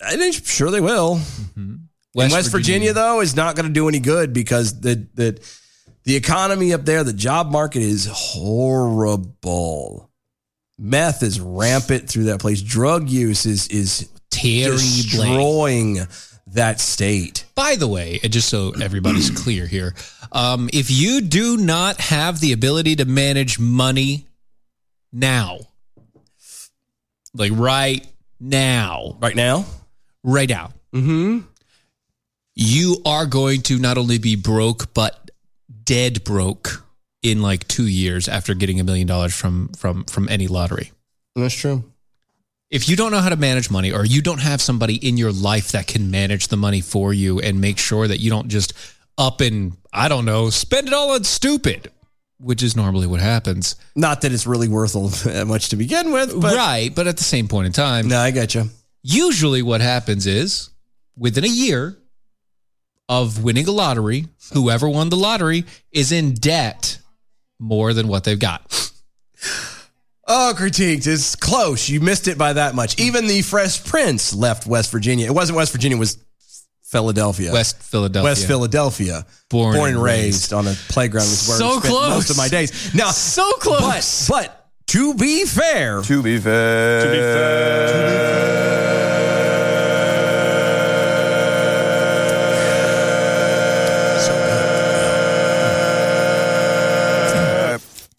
I'm sure they will.
West
West, West
Virginia.
Virginia, though, is not going to do any good because the, the the economy up there, the job market is horrible. Meth is rampant through that place. Drug use is is
Terrible.
destroying that state.
By the way, and just so everybody's clear here, um, if you do not have the ability to manage money now, like right now,
right now,
right now, mm-hmm. you are going to not only be broke but dead broke in like two years after getting a million dollars from from from any lottery.
That's true.
If you don't know how to manage money or you don't have somebody in your life that can manage the money for you and make sure that you don't just up and, I don't know, spend it all on stupid, which is normally what happens.
Not that it's really worth all [LAUGHS] that much to begin with, but
right. But at the same point in time,
no, I gotcha.
Usually, what happens is within a year of winning a lottery, whoever won the lottery is in debt more than what they've got.
Oh, critiqued. It's close. You missed it by that much. Even the Fresh Prince left West Virginia. It wasn't West Virginia. It was Philadelphia.
West Philadelphia.
West Philadelphia.
Born
and
and raised.
raised on a playground. Was where
So
I spent
close.
Most of my days. Now,
So close.
But, but to be fair, to be fair, to be fair.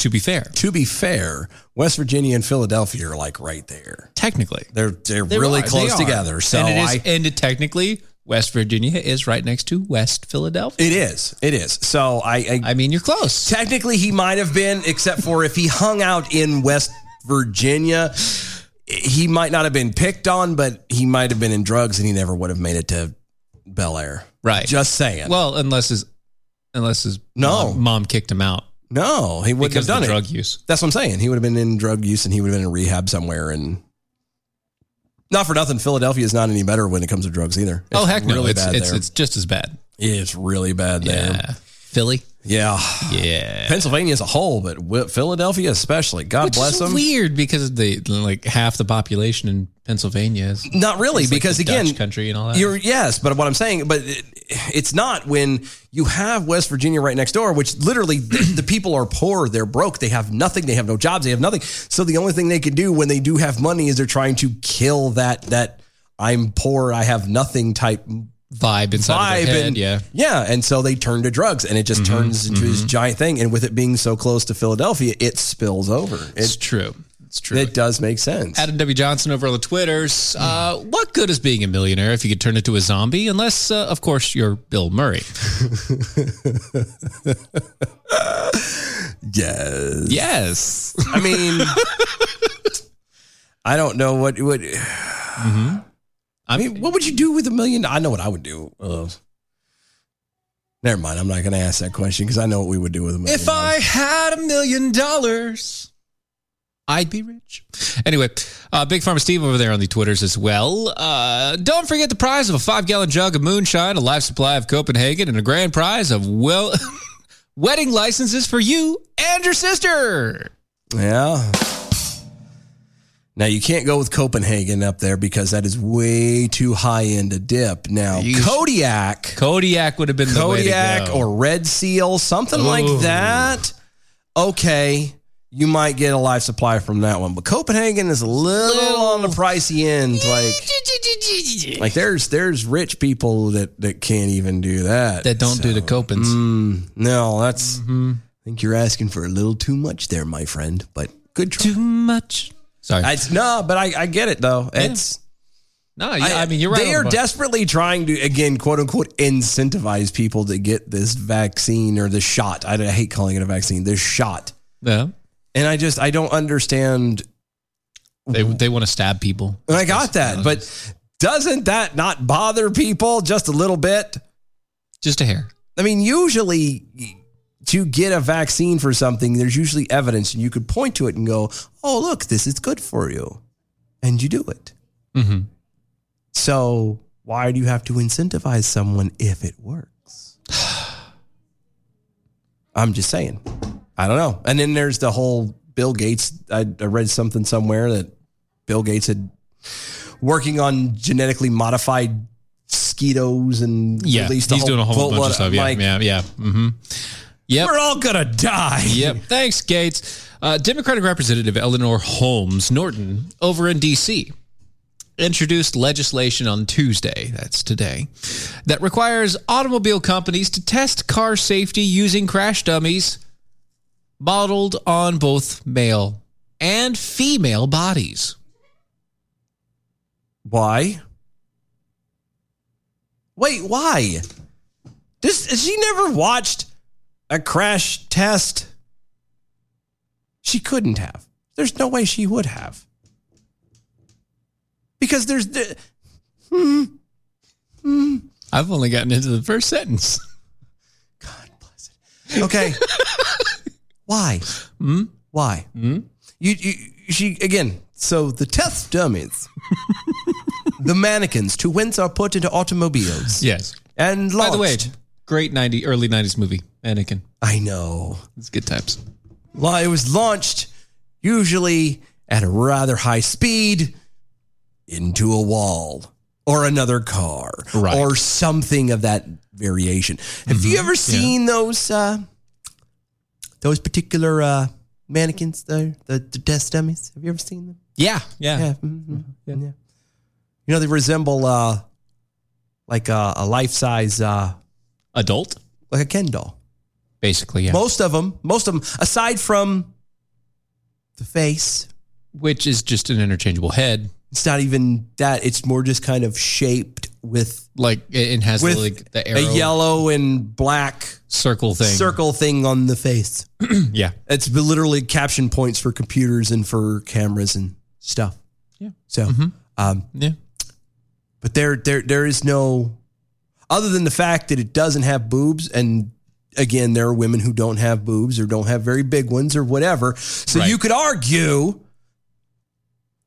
To be fair,
to be fair, West Virginia and Philadelphia are like right there.
Technically,
they're they're
They
really
are, they
close
are.
together. So
and, it is,
I,
and it technically, West Virginia is right next to West Philadelphia.
It is. It is. So I, I.
I mean, you're close.
Technically, he might have been, except for if he hung out in West Virginia, he might not have been picked on, but he might have been in drugs, and he never would have made it to Bel Air.
Right.
Just saying.
Well, unless his unless his
No.
mom, mom kicked him out.
no, he wouldn't
because
have done
of the
it.
drug use.
That's what I'm saying. He would have been in drug use, and he would have been in rehab somewhere, and. Not for nothing, Philadelphia is not any better when it comes to drugs either.
oh heck no,
really
it's
bad
it's,
there.
it's just as bad.
It's really bad
Yeah.
there.
Philly.
Yeah.
Yeah.
Pennsylvania as a whole, but Wi- Philadelphia especially. God
Which
bless
is
them.
Weird because the like half the population in Pennsylvania is
Not really,
is like
because
the
again,
Dutch country and all that.
You're yes, but what I'm saying, but it, it's not when you have West Virginia right next door, which literally the, [CLEARS THROAT] the people are poor, they're broke, they have nothing, they have no jobs, they have nothing. So the only thing they can do when they do have money is they're trying to kill that that I'm poor, I have nothing type
vibe inside of their head,
and
yeah. Mm-hmm,
yeah, and so they turn to drugs, and it just turns into this giant thing. And with it being so close to Philadelphia, it spills over.
It's
It,
true. It's true.
it does make sense.
Adam W. Johnson over on the Twitters. Uh, what good is being a millionaire if you could turn into a zombie? Unless, uh, of course, you're Bill Murray.
Yes.
Yes.
I mean, I don't know what what.
Mm-hmm.
I mean, what would you do with a million? I know what I would do. Uh, never mind. I'm not going to ask that question because I know what we would do with a million.
If I had a million dollars, I'd be rich. Anyway, uh, Big Pharma Steve over there on the Twitters as well. Uh, don't forget the prize of a five gallon jug of moonshine, a life supply of Copenhagen, and a grand prize of well [LAUGHS] wedding licenses for you and your sister.
Yeah. Now you can't go with Copenhagen up there because that is way too high end a dip. Now Kodiak,
Kodiak would have been the way to
Kodiak
go.
or Red Seal, something
Ooh.
like that. Okay, you might get a life supply from that one, but Copenhagen is a little on the pricey end. Like, like there's there's rich people that that can't even do that.
That don't Mm-hmm. do the Copens.
Mm, no, that's. I think you're asking for a little too much there, my friend. But good try.
Too much. Sorry.
It's, no, but I, I get it though. It's
no, I, I mean you're right.
They
on
are
the-
desperately trying to again, quote unquote, incentivize people to get this vaccine or the shot. I, I hate calling it a vaccine. This shot.
Yeah.
And I just I don't understand.
They they want to stab people.
And I got that, but doesn't that not bother people just a little bit?
Just a hair.
I mean, usually to get a vaccine for something, there's usually evidence, and you could point to it and go, "Oh, look, this is good for you," and you do it.
Mm-hmm.
So why do you have to incentivize someone if it works? [SIGHS] I'm just saying. I don't know. And then there's the whole Bill Gates. I, I read something somewhere that Bill Gates had working on genetically modified mosquitoes and
Yeah,
released
he's doing a whole bunch
boatload
of stuff. Yeah,
like,
yeah, yeah. Mm-hmm. Yep.
We're all gonna die.
Yep. Thanks, Gates. Uh, Democratic Representative Eleanor Holmes Norton over in D.C. introduced legislation on Tuesday, that's today, that requires automobile companies to test car safety using crash dummies modeled on both male and female bodies.
Why? Wait, why? This she never watched a crash test. She couldn't have. There's no way she would have. Because there's the hmm, hmm.
I've only gotten into the first sentence. [LAUGHS]
Okay. Why?
Hmm?
Why? You, you, she again. So the test
[LAUGHS]
dummies, the mannequins, to whence are put into automobiles.
Yes.
And
By the way,
launched.
great 90 early 90s movie, Anakin.
I know.
It's good times.
Well, it was launched usually at a rather high speed into a wall or another car
Right. Mm-hmm.
or something of that variation. Have you ever seen those uh, those particular uh, mannequins, the, the the test dummies? Have you ever seen them?
Yeah. Yeah.
Yeah. mhm, yeah. You know they resemble uh, like a, a life size uh,
Adult,
like a Ken doll.
basically. Yeah.
Most of them, most of them, aside from the face,
Which is just an interchangeable head.
it's not even that. It's more just kind of shaped with
Like it it has the,
with
like the arrow
a yellow and black
circle thing.
circle thing on the face.
[CLEARS THROAT] Yeah.
It's literally caption points for computers and for cameras and stuff.
Yeah. Mm-hmm.
So, um,
Yeah.
but there, there, there is no other than the fact that it doesn't have boobs and. Again, there are women who don't have boobs or don't have very big ones or whatever. So
Right.
you could argue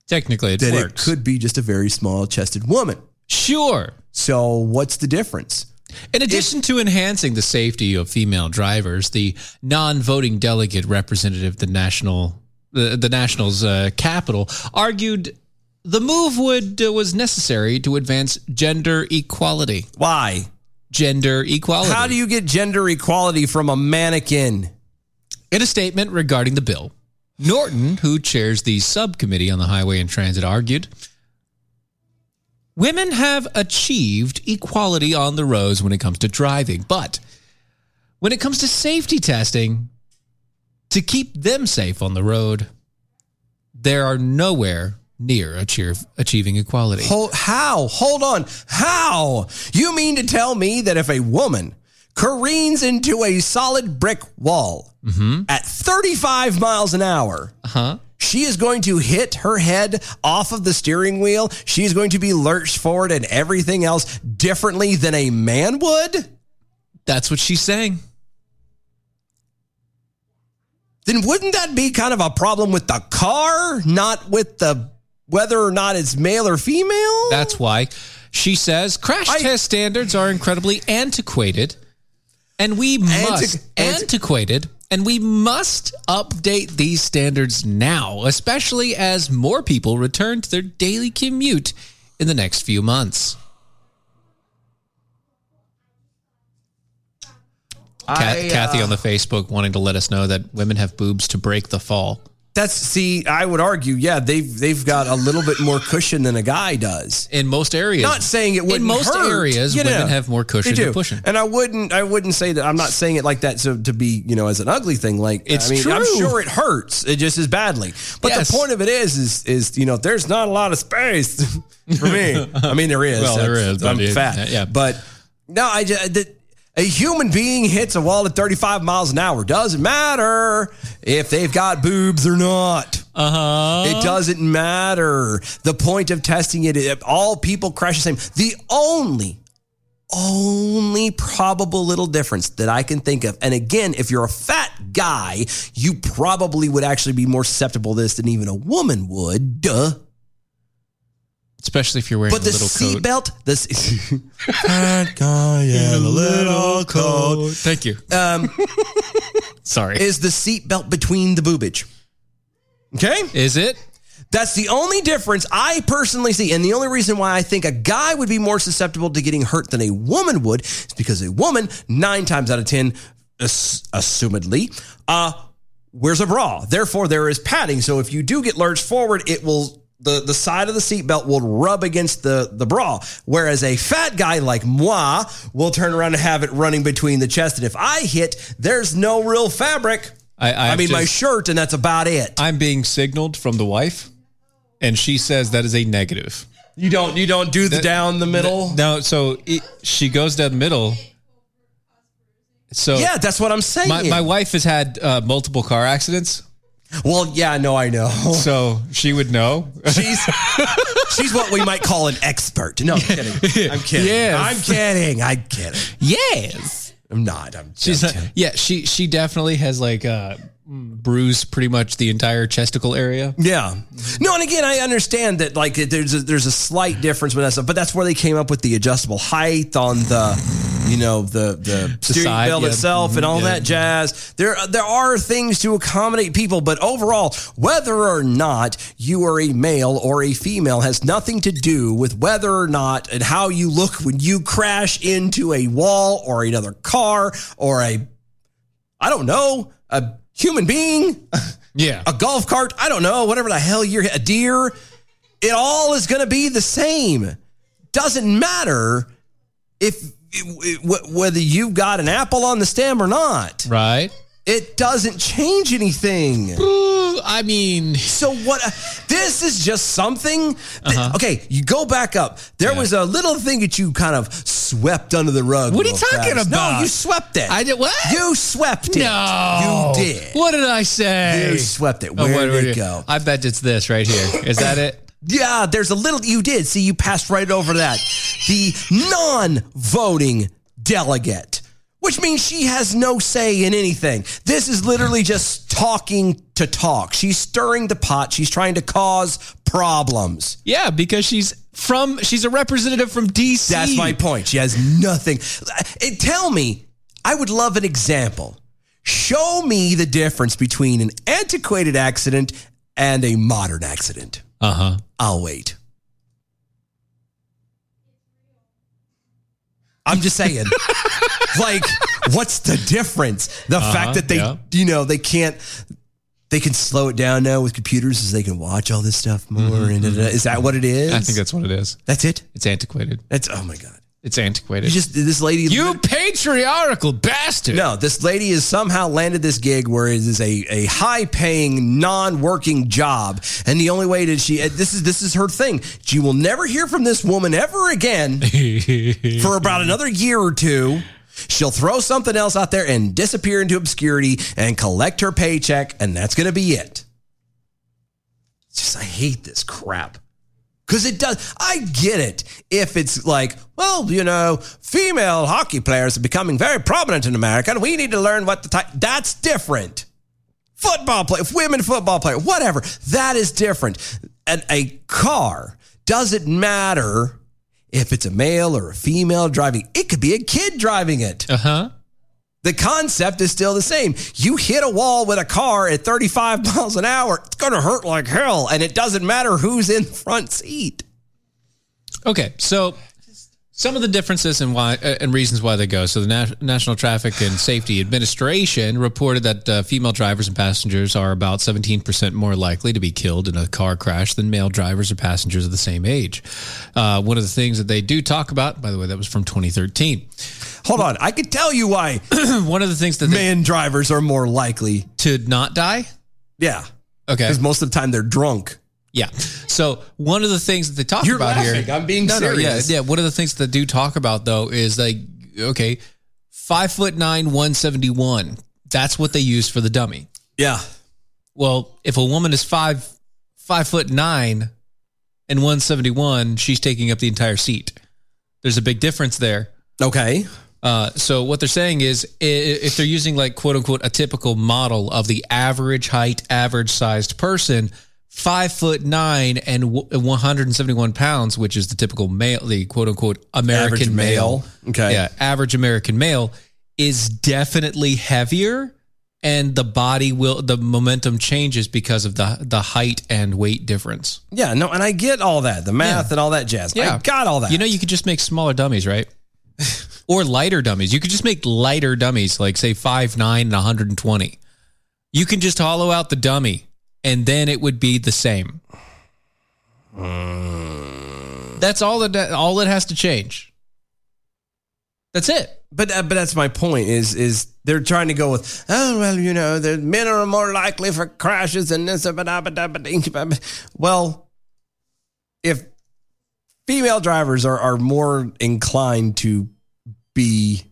Technically, it
that
works.
it could be just a very small chested woman.
Sure.
So what's the difference?
In addition to enhancing the safety of female drivers, the non-voting delegate representative, of the national, the, the national's uh, capital, argued the move would uh, was necessary to advance gender equality.
Why?
Gender equality.
How do you get gender equality from a mannequin?
In a statement regarding the bill, Norton, who chairs the subcommittee on the Highway and Transit, argued Women have achieved equality on the roads when it comes to driving, but when it comes to safety testing, to keep them safe on the road, there are nowhere near achieve, achieving equality.
Hold, how? Hold on. How? You mean to tell me that if a woman careens into a solid brick wall at 35 miles an hour. Mm-hmm. Uh-huh. She is going to hit her head off of the steering wheel. She is going to be lurched forward and everything else differently than a man would.
That's what she's saying.
Then wouldn't that be kind of a problem with the car, not with the whether or not it's male or female?
That's why she says crash test standards are incredibly antiquated, and we must antiquated, and we must update these standards now, especially as more people return to their daily commute in the next few months. Ca-
I, uh,
Kathy on the Facebook wanting to let us know that women have boobs to break the fall.
That's see, I would argue, yeah, they've they've got a little bit more cushion than a guy does
in most areas.
Not saying it wouldn't
in most
hurt.
areas,
You
women
know,
have more cushion
they
to
do.
push in.
And I wouldn't I wouldn't say that. I'm not saying it like that so to be you know as an ugly thing. Like
It's
I mean, I'm
true.
sure it hurts it just as badly. But
Yes.
the point of it is is is you know there's not a lot of space [LAUGHS] for me. I mean there is.
Well, there
That's-
is, but
I'm
it-
fat.
yeah.
But no, I just. The, a human being hits a wall at 35 miles an hour. Doesn't matter if they've got boobs or not.
Uh
It doesn't matter. The point of testing it, if all people crash the same. The only, only probable little difference that I can think of, and again, if you're a fat guy, you probably would actually be more susceptible to this than even a woman would. Duh.
especially if you're wearing
But
a
the
little coat.
seatbelt,
[LAUGHS]
the se-
Fat guy in a little coat. Thank you.
um,
[LAUGHS] Sorry.
is the seatbelt between the boobage. Okay?
Is it?
That's the only difference I personally see. And the only reason why I think a guy would be more susceptible to getting hurt than a woman would is because a woman, nine times out of 10, ass- assumedly, uh, wears a bra. Therefore, there is padding. So if you do get lurched forward, it will. The, the side of the seatbelt will rub against the, the bra, whereas a fat guy like moi will turn around and have it running between the chest. And if I hit, there's no real fabric.
I, I,
I mean, my
just-
shirt, and that's about it.
I'm being signaled from the wife, and she says that is a negative.
You don't you don't do the down the middle.
No, so it, she goes down the middle. So
yeah, that's what I'm saying.
my, my wife has had uh, multiple car accidents.
Well, yeah, no,
[LAUGHS]
I know.
So she would
[LAUGHS]
know.
she's she's what we might call an expert. No, I'm kidding. I'm kidding.
Yes.
I'm kidding. I'm kidding.
Yes.
I'm not. I'm
She's
I'm
not, [LAUGHS] yeah, she she definitely has like uh bruised pretty much the entire chesticle area.
Yeah.
Mm-hmm.
No, and again, I understand that like it- there's a, there's a slight difference with that stuff, but that's where they came up with the adjustable height on the you know the the, steering
side,
wheel
yeah. Mm-hmm.
itself and all
Yeah.
that jazz. There there are things to accommodate people, but overall, whether or not you are a male or a female has nothing to do with whether or not and how you look when you crash into a wall or another car or a I don't know a human being.
Yeah.
a golf cart, I don't know, whatever the hell you're a deer, it all is going to be the same. Doesn't matter if wh- whether you've got an apple on the stem or not.
Right.
It doesn't change anything.
Ooh, I mean,
So what? this is just something. that-
Uh-huh.
Okay, you go back up. There was a little thing that you kind of swept under the rug.
What are you
real
talking
fast. No,
about?
you swept it.
I did what?
You swept it.
no.
you did.
What did I say?
You swept it.
Oh,
Where
what-
did
what-
it go?
I bet it's this right here. Is that it?
Yeah, there's a little you did. See, you passed right over that. The non-voting delegate, which means she has no say in anything. This is literally just talking to talk. She's stirring the pot. She's trying to cause problems.
Yeah, because she's from she's a representative from DC.
That's my point. She has nothing. And tell me, I would love an example. Show me the difference between an antiquated accident and a modern accident.
Uh-huh.
I'll wait. I'm
[LAUGHS]
just saying. like, what's the difference? The
Uh-huh,
fact that they,
yeah.
you know, they can't, they can slow it down now with computers as they can watch all this stuff more. And da, da, da. is that what it is?
Mm-hmm, I think that's what it is.
that's it.
It's antiquated.
That's oh my god.
It's antiquated.
You just this lady.
You patriarchal bastard.
no, this lady has somehow landed this gig where it is a, a high paying, non working job, and the only way that she uh, this is this is her thing. You will never hear from this woman ever again. for about another year or two. She'll throw something else out there and disappear into obscurity and collect her paycheck, and that's going to be it. It's just, I hate this crap. Because it does, I get it. If it's like, well, you know, female hockey players are becoming very prominent in America, and we need to learn what the type, that's different football player, women football player, whatever. That is different. And a car doesn't matter if it's a male or a female driving. It could be a kid driving it. Uh
Uh-huh.
huh. The concept is still the same. You hit a wall with a car at 35 miles an hour, it's going to hurt like hell, and it doesn't matter who's in the front seat.
Okay, so some of the differences and why uh, and reasons why they go. So the Na- National Traffic and Safety Administration reported that uh, female drivers and passengers are about 17% more likely to be killed in a car crash than male drivers or passengers of the same age. Uh, one of the things that they do talk about, by the way, that was from 2013.
Hold on, I could tell you why.
[CLEARS THROAT] one of the things that they,
man drivers are more likely
to not die.
Yeah.
Okay.
Because most of the time they're drunk.
Yeah. So one of the things that they talk
You're
about
laughing.
here,
I'm being serious.
yeah, yeah. One of the things that they do talk about though is like, okay, five foot nine, one seventy one. That's what they use for the dummy.
Yeah.
Well, if a woman is five five foot nine and one seventy one, she's taking up the entire seat. There's a big difference there.
Okay.
Uh, so what they're saying is, i- if they're using like quote unquote a typical model of the average height, average sized person, five foot nine and w- 171 pounds, which is the typical male, the quote unquote American
Average male. Okay.
yeah, average American male is definitely heavier, and the body will the momentum changes because of the the height and weight difference.
Yeah, no, and I get all that, the math and all that jazz. I got all that.
You know, you could just make smaller dummies,
[LAUGHS]
right? or lighter dummies. You could just make lighter dummies, like say five nine and 120. You can just hollow out the dummy, and then it would be the same. That's all that all that has to change. That's it.
But uh, but that's my point is is they're trying to go with oh well you know the men are more likely for crashes and this uh, but, uh, but, uh, but, uh, but, but." well if female drivers are are more inclined to be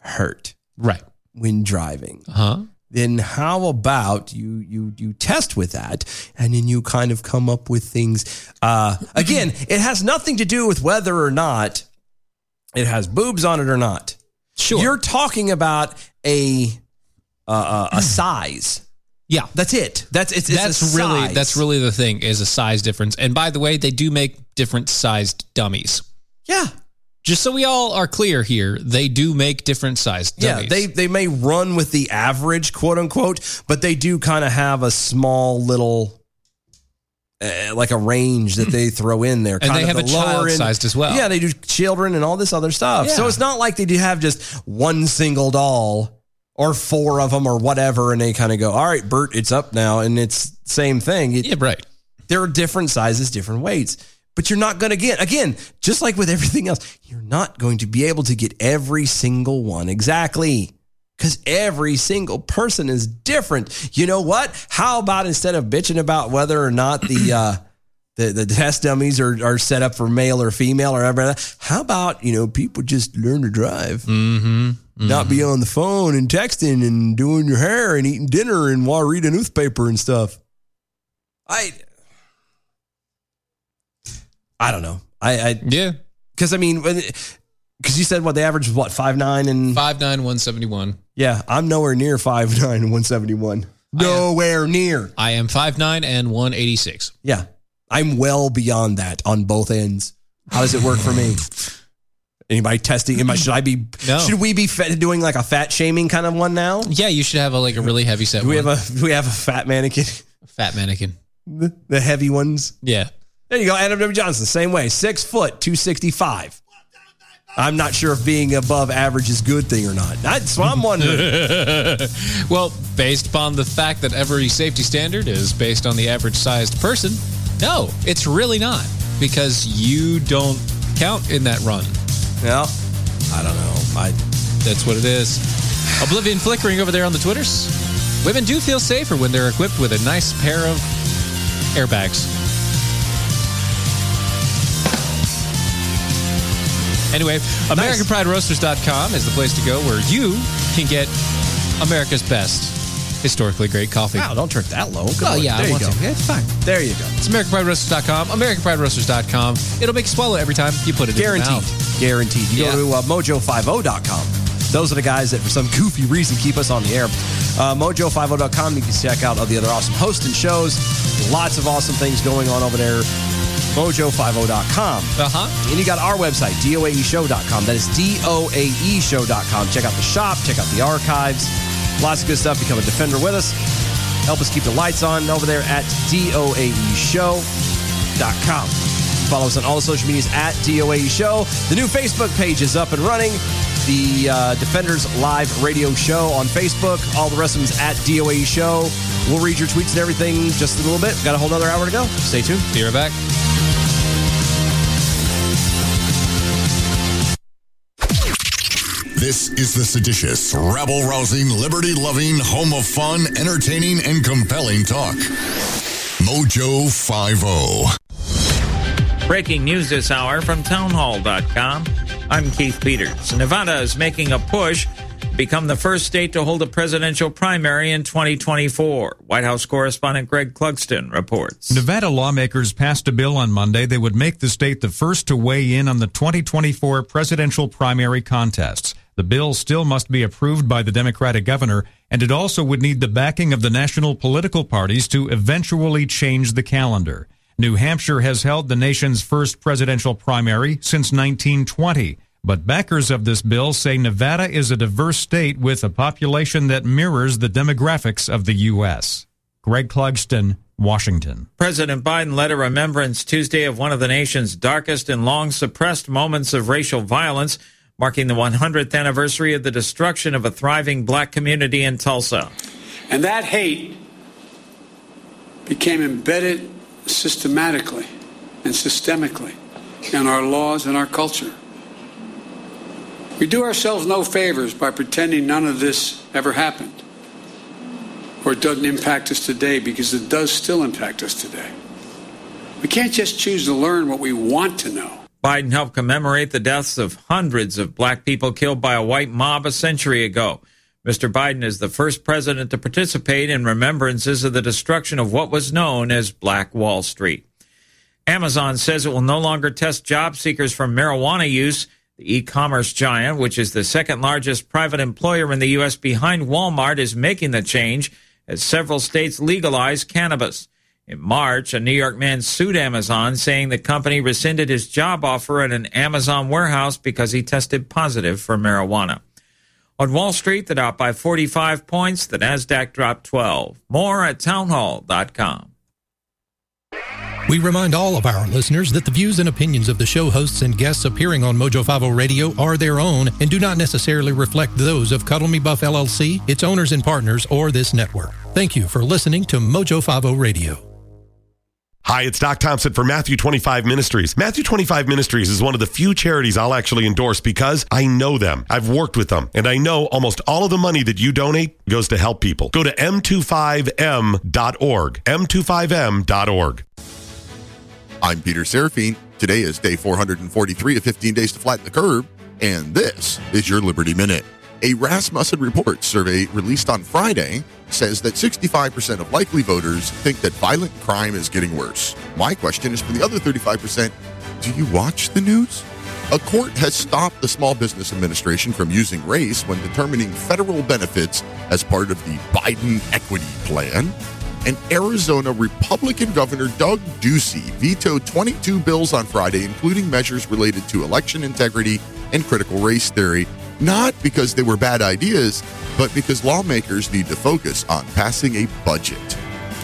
hurt
right
when driving
huh
then how about you you you test with that and then you kind of come up with things uh [CLEARS THROAT] again it has nothing to do with whether or not it has boobs on it or not
sure
you're talking about a uh, [CLEARS THROAT] a size
yeah
that's it that's it's, it's a
that's really
size.
that's really the thing is a size difference. And by the way, they do make different sized dummies.
Yeah.
Just so we all are clear here, they do make different sized
yeah
dummies.
they they may run with the average quote unquote but they do kind of have a small little uh, like a range
[CLEARS THROAT]
that they throw in there,
And they have a child sized as well.
Yeah, they do children and all this other stuff. So
Yeah.
it's not like they do have just one single doll or four of them or whatever, and they kind of go, "All right, Bert, it's up now," and it's same thing.
yeah, right.
There are different sizes, different weights, but you're not going to get again, just like with everything else, you're not going to be able to get every single one exactly. Because every single person is different. You know what? How about instead of bitching about whether or not the uh, [CLEARS THROAT] the, the test dummies are, are set up for male or female or whatever, how about, you know, people just learn to drive?
Mm-hmm.
Not be on the phone and texting and doing your hair and eating dinner and while reading a newspaper and stuff. I I don't know. I, I
yeah.
Because I mean, because you said what the average was what five nine and
five nine one seventy one.
Yeah, I'm nowhere near five [LAUGHS] nine one seventy one. Nowhere near.
I am five nine and 186.
Yeah, I'm well beyond that on both ends. How does it work
[LAUGHS]
for me? Anybody testing? Am I, should I be?
No.
Should we be fat, doing like a fat shaming kind of one now?
Yeah, you should have a, like a really heavy set.
Do we
one.
have a do we have a fat mannequin?
fat mannequin?
The, the heavy ones.
Yeah.
There you go, Adam W. Johnson, same way, six foot, two sixty five. I'm not sure if being above average is a good thing or not. That's what I'm [LAUGHS] wondering.
well, based upon the fact that every safety standard is based on the average sized person, no, it's really not because you don't count in that run.
Yeah. I don't know. I
That's what it is. Oblivion flickering over there on the Twitters. Women do feel safer when they're equipped with a nice pair of airbags. Anyway, AmericanPrideRoasters.com is the place to go where you can get America's best historically great coffee.
Wow, don't turn that low. Good
Oh,
Lord.
yeah,
There
I
you
want
go.
to. Yeah, It's fine.
There you go.
It's AmericanPrideRoasters.com. AmericanPrideRoasters.com. It'll make you swallow every time you put it in your
Guaranteed.
mouth.
Guaranteed. You
Yeah.
go to uh, mojo50.com. Those are the guys that, for some goofy reason, keep us on the air. Uh, mojo50.com. You can check out all the other awesome hosts and shows. Lots of awesome things going on over there. Mojo50.com.
Uh huh.
And you got our website, doaeshow.com. That is E doaeshow.com. Check out the shop, check out the archives. Lots of good stuff. Become a defender with us. Help us keep the lights on over there at E doaeshow.com. Follow us on all social medias at DOAE Show. The new Facebook page is up and running. The uh, Defenders Live Radio Show on Facebook. All the rest of them is at DOAE Show. We'll read your tweets and everything just in a little bit. Got a whole nother hour to go. Stay tuned.
Be right back.
This is the seditious, rabble rousing, liberty loving, home of fun, entertaining, and compelling talk. Mojo oh. 50.
Breaking news this hour from townhall.com. I'm Keith Peters. Nevada is making a push to become the first state to hold a presidential primary in 2024. White House correspondent Greg Clugston reports.
Nevada lawmakers passed a bill on Monday that would make the state the first to weigh in on the 2024 presidential primary contests. The bill still must be approved by the Democratic governor, and it also would need the backing of the national political parties to eventually change the calendar. New Hampshire has held the nation's first presidential primary since 1920. But backers of this bill say Nevada is a diverse state with a population that mirrors the demographics of the U.S. Greg Clugston, Washington.
President Biden led a remembrance Tuesday of one of the nation's darkest and long suppressed moments of racial violence, marking the 100th anniversary of the destruction of a thriving black community in Tulsa.
And that hate became embedded systematically and systemically in our laws and our culture. We do ourselves no favors by pretending none of this ever happened or it doesn't impact us today because it does still impact us today. We can't just choose to learn what we want to know.
Biden helped commemorate the deaths of hundreds of black people killed by a white mob a century ago. Mr. Biden is the first president to participate in remembrances of the destruction of what was known as Black Wall Street. Amazon says it will no longer test job seekers for marijuana use. The e commerce giant, which is the second largest private employer in the U.S. behind Walmart, is making the change as several states legalize cannabis. In March, a New York man sued Amazon, saying the company rescinded his job offer at an Amazon warehouse because he tested positive for marijuana. On Wall Street, the Dow by 45 points, the NASDAQ dropped 12. More at townhall.com.
We remind all of our listeners that the views and opinions of the show hosts and guests appearing on Mojo 50 Radio are their own and do not necessarily reflect those of Cuddle Me Buff LLC, its owners and partners, or this network. Thank you for listening to Mojo 50 Radio.
Hi, it's Doc Thompson for Matthew 25 Ministries. Matthew 25 Ministries is one of the few charities I'll actually endorse because I know them. I've worked with them, and I know almost all of the money that you donate goes to help people. Go to m25m.org. m25m.org.
I'm Peter Seraphine. Today is day 443 of 15 Days to Flatten the Curve, and this is your Liberty Minute. A Rasmussen Report survey released on Friday says that 65% of likely voters think that violent crime is getting worse. My question is for the other 35%, do you watch the news? A court has stopped the Small Business Administration from using race when determining federal benefits as part of the Biden Equity Plan. And Arizona Republican Governor Doug Ducey vetoed 22 bills on Friday, including measures related to election integrity and critical race theory, not because they were bad ideas, but because lawmakers need to focus on passing a budget.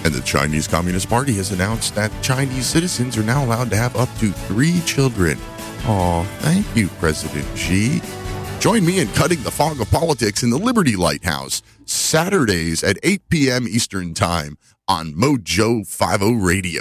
And the Chinese Communist Party has announced that Chinese citizens are now allowed to have up to three children. Aw, thank you, President Xi. Join me in cutting the fog of politics in the Liberty Lighthouse, Saturdays at 8 p.m. Eastern Time on Mojo 50 Radio.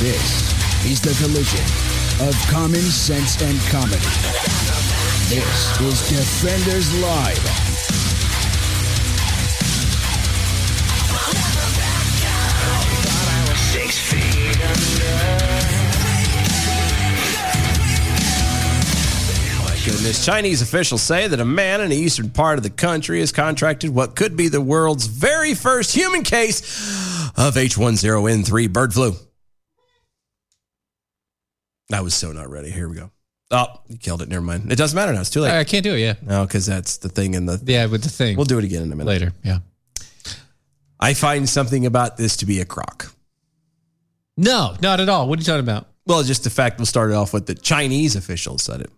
This is the collision of common sense and comedy. This is Defenders Live.
Goodness. Chinese officials say that a man in the eastern part of the country has contracted what could be the world's very first human case of H10N3 bird flu. I was so not ready. Here we go. Oh, you killed it. Never mind. It doesn't matter now. It's too late.
I can't do it. Yeah.
No, because that's the thing in the.
Yeah, with the thing.
We'll do it again in a minute.
Later. Yeah.
I find something about this to be a crock.
No, not at all. What are you talking about?
Well, just the fact we'll start it off with the Chinese officials said it.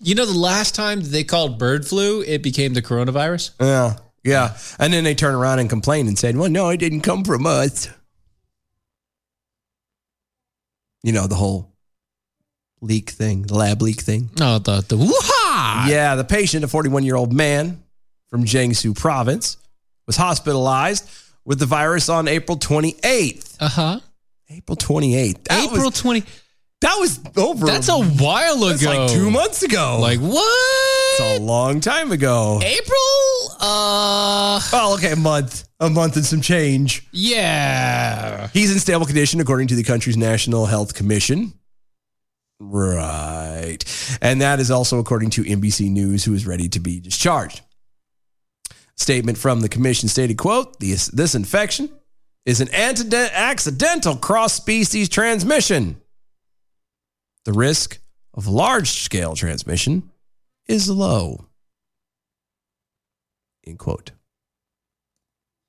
You know, the last time they called bird flu, it became the coronavirus.
Yeah. Yeah. And then they turn around and complain and said, well, no, it didn't come from us. You know, the whole leak thing, the lab leak thing.
No, Oh, the the woo-ha!
Yeah, the patient, a 41 year old man from Jiangsu province, was hospitalized with the virus on April 28th.
Uh huh.
April 28th. That
April
was,
20.
that was over.
That's a while ago.
That's like two months ago.
Like what?
It's a long time ago.
April? Uh.
Oh, okay, a month. A month and some change.
Yeah.
He's in stable condition, according to the country's National Health Commission. Right. And that is also according to NBC News, who is ready to be discharged. Statement from the commission stated, quote, this, this infection is an antide- accidental cross-species transmission. The risk of large-scale transmission is low. End quote.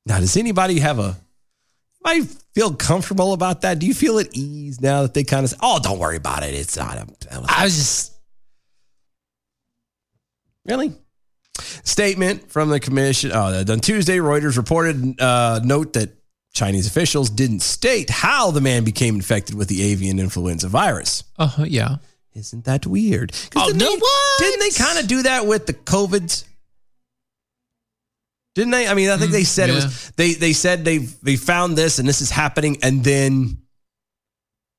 Now, does anybody have a I feel comfortable about that. Do you feel at ease now that they kind of say, "Oh, don't worry about it. It's not." A,
I was just
really statement from the commission. Oh, on Tuesday, Reuters reported uh, note that Chinese officials didn't state how the man became infected with the avian influenza virus.
Uh huh. Yeah.
Isn't that weird? 'Cause
Oh,
didn't
no,
they,
what?
Didn't they kind of do that with the COVIDs? Didn't they? I mean, I think
Mm,
they said it was they they said they they found this and this is happening, and then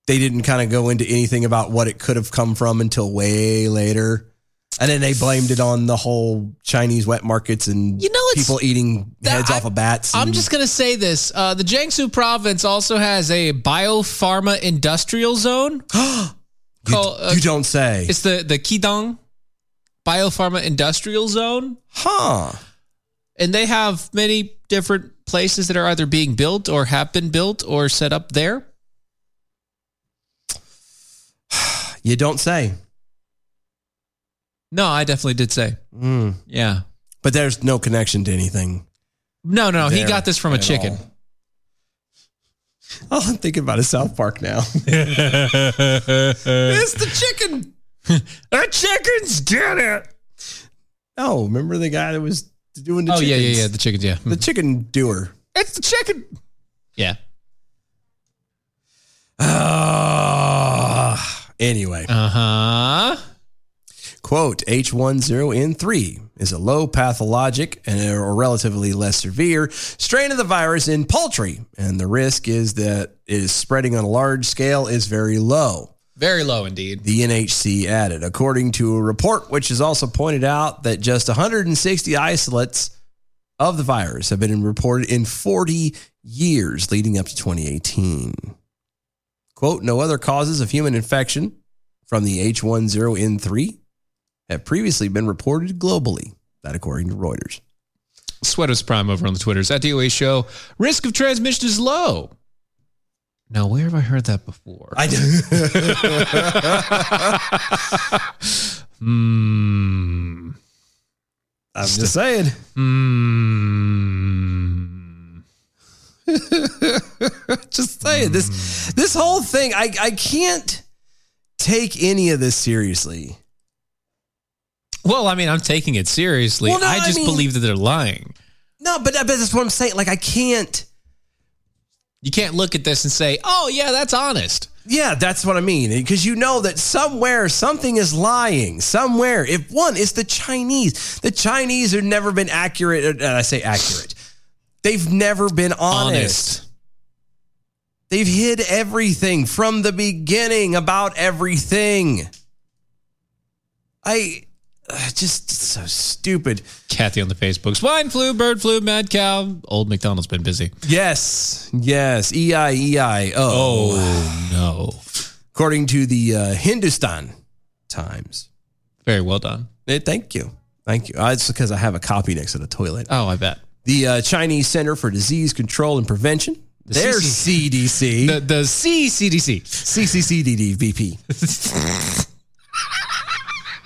they didn't kind of go into anything about what it could have come from until way later. And then they blamed it on the whole Chinese wet markets and
You know, it's-
people eating
that-
heads off of bats.
I'm
and-
just gonna say this: uh, the Jiangsu province also has a biopharma industrial zone.
you,
call- uh,
you don't say,
It's the the Qidong biopharma industrial zone,
huh?
and they have many different places that are either being built or have been built or set up there.
You don't say.
No, I definitely did say,
Mm.
yeah.
But there's no connection to anything.
No, no, he
there
got this from a
at
chicken.
all. Oh, I'm thinking about a South Park now. [LAUGHS]
it's
the [LAUGHS] chicken.
the chickens did it.
Oh, remember the guy that was doing the
oh yeah, yeah,
chickens?
yeah. The chickens, yeah. Mm.
The chicken doer.
It's the chicken. Yeah.
Ah. [SIGHS] anyway,
Uh
[LAUGHS]
huh.
quote H10N3 is a low pathologic and or relatively less severe strain of the virus in poultry, and the risk is that it is spreading on a large scale is very low.
Very low indeed.
The NHC added, according to a report, which has also pointed out that just 160 isolates of the virus have been reported in 40 years leading up to 2018. Quote, no other causes of human infection from the H10N3 have previously been reported globally. That according to Reuters.
Sweaters Prime over on the Twitters at DOA Show. Risk of transmission is low. Now, where have I heard that before?
I do. [LAUGHS]
Hmm.
I'm just saying. [LAUGHS]
Hmm.
just saying this this whole thing I I can't take any of this seriously.
Well, I mean, I'm taking it seriously.
Well, no,
I
I
just
mean-
believe that they're lying.
No, but, but that's what I'm saying. Like, I can't.
You can't look at this and say, "Oh, yeah, that's honest."
Yeah, that's what I mean. Because you know that somewhere something is lying. Somewhere. If one is the Chinese, the Chinese have never been accurate. uh, And I say accurate. They've never been honest. They've hid everything from the beginning about everything. I uh, just it's so stupid.
Kathy on the Facebooks. Swine flu, bird flu, mad cow. Old McDonald's been busy.
Yes, yes. E I E I O.
Oh no.
According to the uh, Hindustan Times.
Very well done.
Eh, thank you, thank you. Uh, it's because I have a copy next to the toilet.
Oh, I bet.
The uh, Chinese Center for Disease Control and Prevention.
The
their
CC.
CDC.
The the CCDC.
CCCDDVP.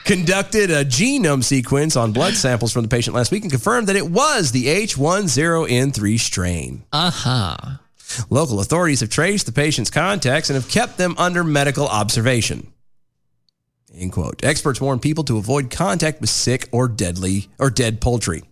Conducted a genome sequence on blood samples from the patient last week and confirmed that it was the H10N3 strain.
Uh-huh.
Local authorities have traced the patient's contacts and have kept them under medical observation. End quote. Experts warn people to avoid contact with sick or deadly or dead poultry.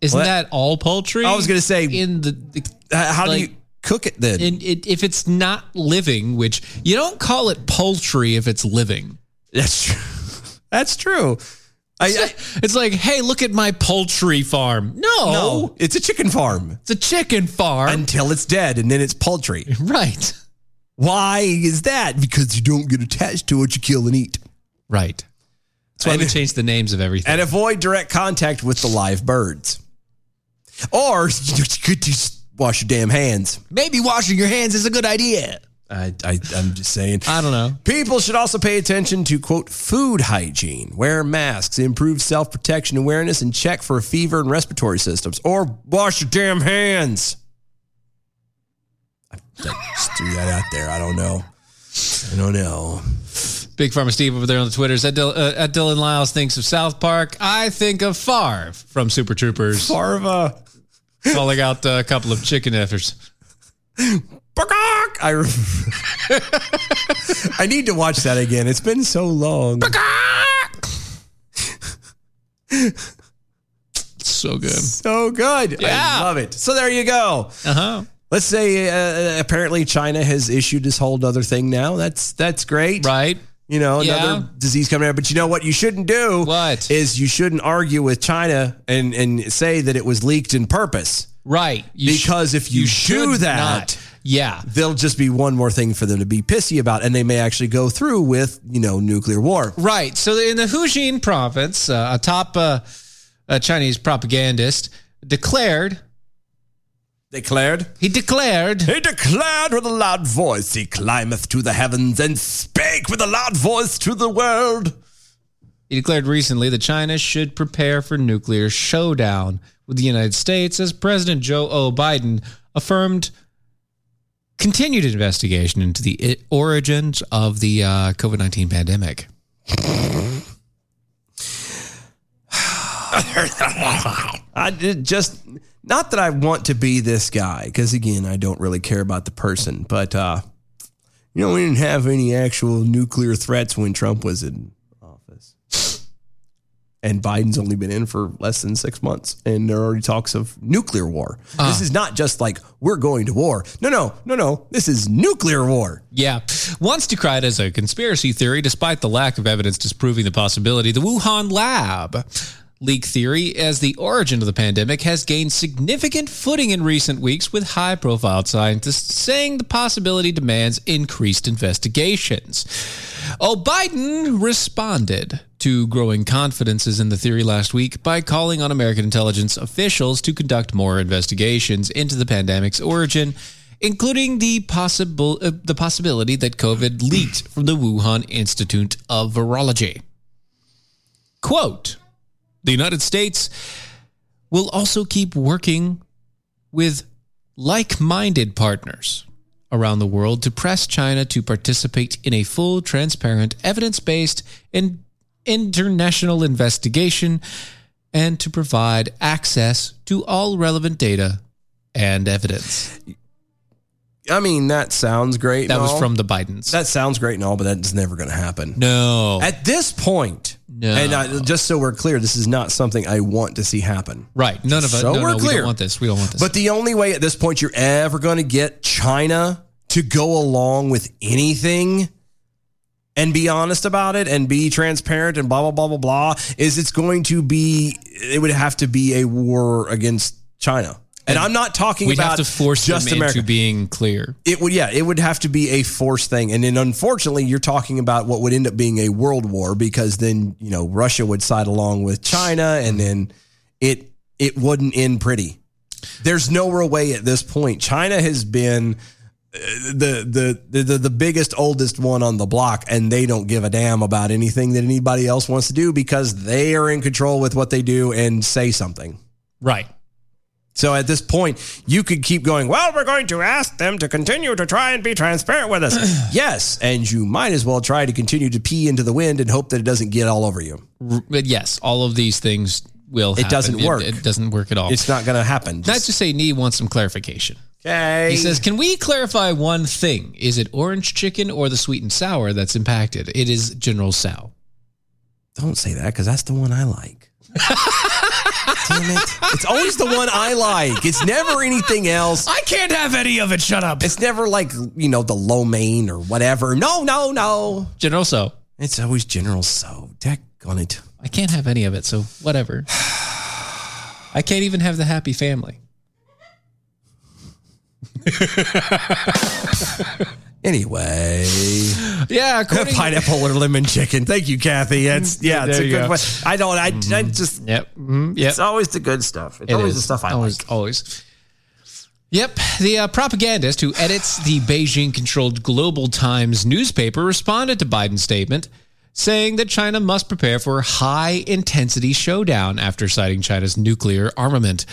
Isn't
Well,
that all poultry?
I was gonna say,
in the, the
how do
like-
you cook it then?
in, it, if it's not living, which you don't call it poultry if it's living.
That's true. [LAUGHS] That's true.
it's, like, it's like, hey, look at my poultry farm. No,
No, it's a chicken farm.
oh. It's a chicken farm
until it's dead, and then it's poultry.
Right.
Why is that? Because you don't get attached to what you kill and eat.
Right. That's why
And-
we changed the names of everything.
and avoid direct contact with the live birds. Or [LAUGHS] you could just wash your damn hands.
Maybe washing your hands is a good idea.
I, I, I'm just saying.
I don't know.
People should also pay attention to quote food hygiene, wear masks, improve self protection awareness, and check for fever and respiratory systems, or wash your damn hands. I just threw that out there. I don't know. I don't know.
Big Pharma Steve over there on the Twitters at, Dil- uh, at Dylan Lyles thinks of South Park. I think of Favre from Super
[LAUGHS]
Troopers.
Farva.
Calling out uh, a couple of chicken efforts.
I, re- [LAUGHS] I need to watch that again. It's been so long.
So good.
So good.
Yeah.
I love it. So there you go.
Uh-huh.
Let's say uh, apparently China has issued this whole other thing now. That's that's great.
Right.
You know, another
Yeah.
disease coming out. But you know what you shouldn't do?
What?
Is you shouldn't argue with China and and say that it was leaked in purpose.
Right. You sh-
because if you, do
should
that,
not. Yeah.
there'll just be one more thing for them to be pissy about and they may actually go through with, you know, nuclear war.
Right. So in the Hujin province, uh, a top uh, a Chinese propagandist declared.
Declared?
He declared.
He declared with a loud voice, He climbeth to the heavens and spake with a loud voice to the world.
He declared recently that China should prepare for nuclear showdown with the United States as President Joe O. Biden affirmed continued investigation into the i- origins of the uh, COVID 19 pandemic.
[LAUGHS] I did just not that I want to be this guy because again, I don't really care about the person, but uh, you know, we didn't have any actual nuclear threats when Trump was in office, and Biden's only been in for less than six months, and there are already talks of nuclear war.
Ah.
This is not just like we're going to war. No, no, no, no. This is nuclear war.
Yeah. Once decried as a conspiracy theory, despite the lack of evidence disproving the possibility, the Wuhan lab leak theory as the origin of the pandemic has gained significant footing in recent weeks with high profile scientists saying the possibility demands increased investigations. Oh, Biden responded to growing confidences in the theory last week by calling on American intelligence officials to conduct more investigations into the pandemic's origin including the possible uh, the possibility that COVID leaked from the Wuhan Institute of Virology. Quote: The United States will also keep working with like-minded partners around the world to press China to participate in a full, transparent, evidence-based and international investigation and to provide access to all relevant data and evidence.
I mean, that sounds great.
That
and
was
all.
from the Bidens.
That sounds great and all, but that's never going to happen.
No.
At this point,
No.
and I, just so we're clear, this is not something I want to see happen.
Right. None of us.
So
no,
we're
no, We
clear.
don't want this. We don't want this.
But the only way at this point you're ever going to get China to go along with anything and be honest about it and be transparent and blah blah blah blah blah is it's going to be it would have to be a war against China. And, I'm not talking
We'd have
about
to force
just
them
America.
into being clear.
It would, yeah, it would have to be a forced thing, and then unfortunately, you're talking about what would end up being a world war because then you know Russia would side along with China, and then it it wouldn't end pretty. There's no real way at this point. China has been uh, the the the the biggest oldest one on the block, and they don't give a damn about anything that anybody else wants to do because they are in control with what they do and say something.
Right.
So at this point, you could keep going, well, we're going to ask them to continue to try and be transparent with us. yes. And you might as well try to continue to pee into the wind and hope that it doesn't get all over you.
R- But yes, all of these things will.
It
happen.
doesn't work.
It, doesn't work at all.
It's not going to happen.
Let's just say Nee wants some clarification.
Okay.
He says, "Can we clarify one thing? Is it orange chicken or the sweet and sour that's impacted? It is General Sow.
Don't say that because that's the one I like. Damn it. It's always the one I like. It's never anything else.
I can't have any of it. Shut up.
It's never like, you know, the low main or whatever. No, no, no.
General So.
It's always General So. Deck on it.
I can't have any of it. So whatever. [SIGHS] I can't even have the happy family.
Anyway.
Yeah, [LAUGHS] according- Mm,
pineapple or lemon chicken. Thank you, Kathy. It's yeah, it's
There
a
you
good
go. Mm-hmm.
one. I don't. I, I just
yep. Mm-hmm. yep.
It's always the good stuff. It's
It
always
is.
the stuff I
always,
like.
Always. Yep. The uh, propagandist who edits the Beijing controlled Global Times newspaper responded to Biden's statement, saying that China must prepare for a high intensity showdown after citing China's nuclear armament.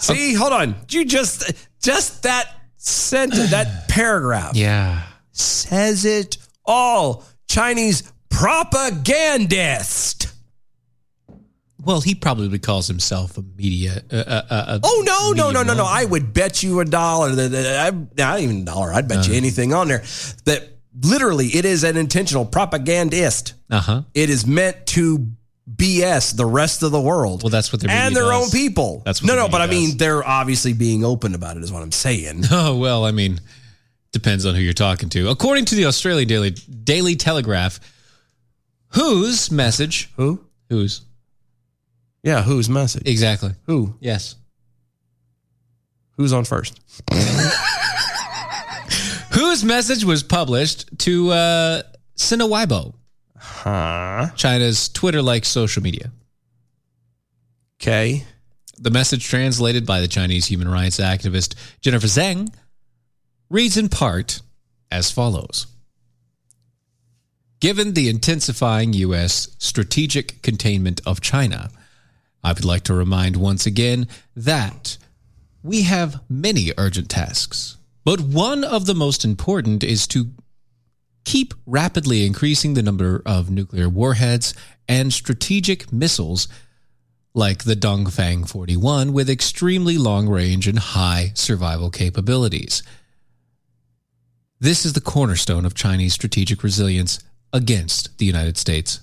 See, hold on. You just just that sentence,
[CLEARS THROAT]
that paragraph
Yeah.
says it all. Chinese propagandist.
Well, he probably calls himself a media. Uh, uh, uh,
Oh no, no, no, no, no! I would bet you a dollar that, that I, not even a dollar. I'd bet
Uh.
you anything on there that literally it is an intentional propagandist.
Uh huh.
It is meant to BS the rest of the world.
Well, that's what their
and
media
their
does.
own people.
That's what
no,
their
no. But I
media
mean, they're obviously being open about it, is what
[LAUGHS]
I'm saying.
[LAUGHS] Oh, well, I mean, depends on who you're talking to. According to the Australian Daily Daily Telegraph, whose message?
Who?
Whose?
Yeah, whose message?
Exactly.
Who?
Yes.
Who's on first?
Whose message was published to uh, Sinawaibo,
Huh?
China's Twitter-like social media?
Okay.
The message translated by the Chinese human rights activist Jennifer Zheng reads in part as follows. Given the intensifying U.S. strategic containment of China, I would like to remind once again that we have many urgent tasks, but one of the most important is to keep rapidly increasing the number of nuclear warheads and strategic missiles like the Dongfang 41 with extremely long range and high survival capabilities. This is the cornerstone of Chinese strategic resilience against the United States.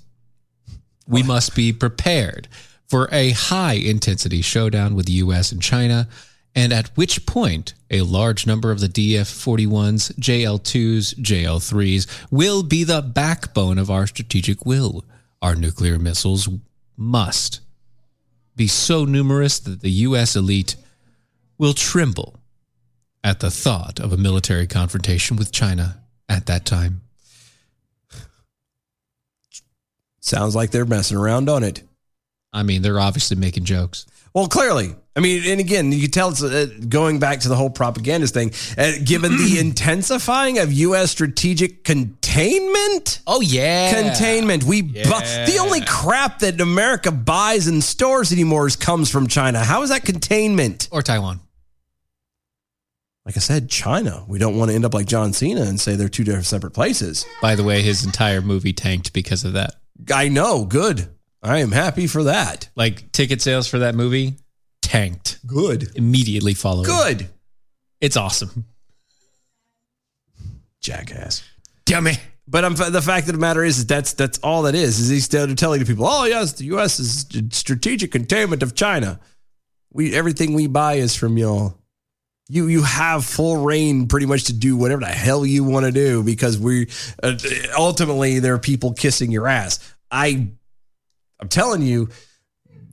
We must be prepared for a high intensity showdown with the US and China, and at which point a large number of the DF 41s, JL 2s, JL 3s will be the backbone of our strategic will. Our nuclear missiles must be so numerous that the U.S. elite will tremble at the thought of a military confrontation with China at that time.
Sounds like they're messing around on it.
I mean, they're obviously making jokes.
Well, clearly. I mean, and again, you can tell it's uh, going back to the whole propagandist thing. Uh, given
[CLEARS THROAT]
the intensifying of U.S. strategic containment,
oh yeah,
containment. We
Yeah.
bu- the only crap that America buys and stores anymore is, comes from China. How is that containment?
Or Taiwan?
Like I said, China. We don't want to end up like John Cena and say they're two different separate places.
By the way, his entire movie tanked because of that.
I know. Good. I am happy for that.
Like ticket sales for that movie tanked.
Good.
Immediately following.
Good.
It's awesome.
Jackass.
Dummy.
But I'm, the fact of the matter is, is that's that's all that is. Is he's still telling the people, oh yes, the U.S. is strategic containment of China. We everything we buy is from y'all. You you have full reign pretty much to do whatever the hell you want to do because we uh, ultimately there are people kissing your ass. I I'm telling you,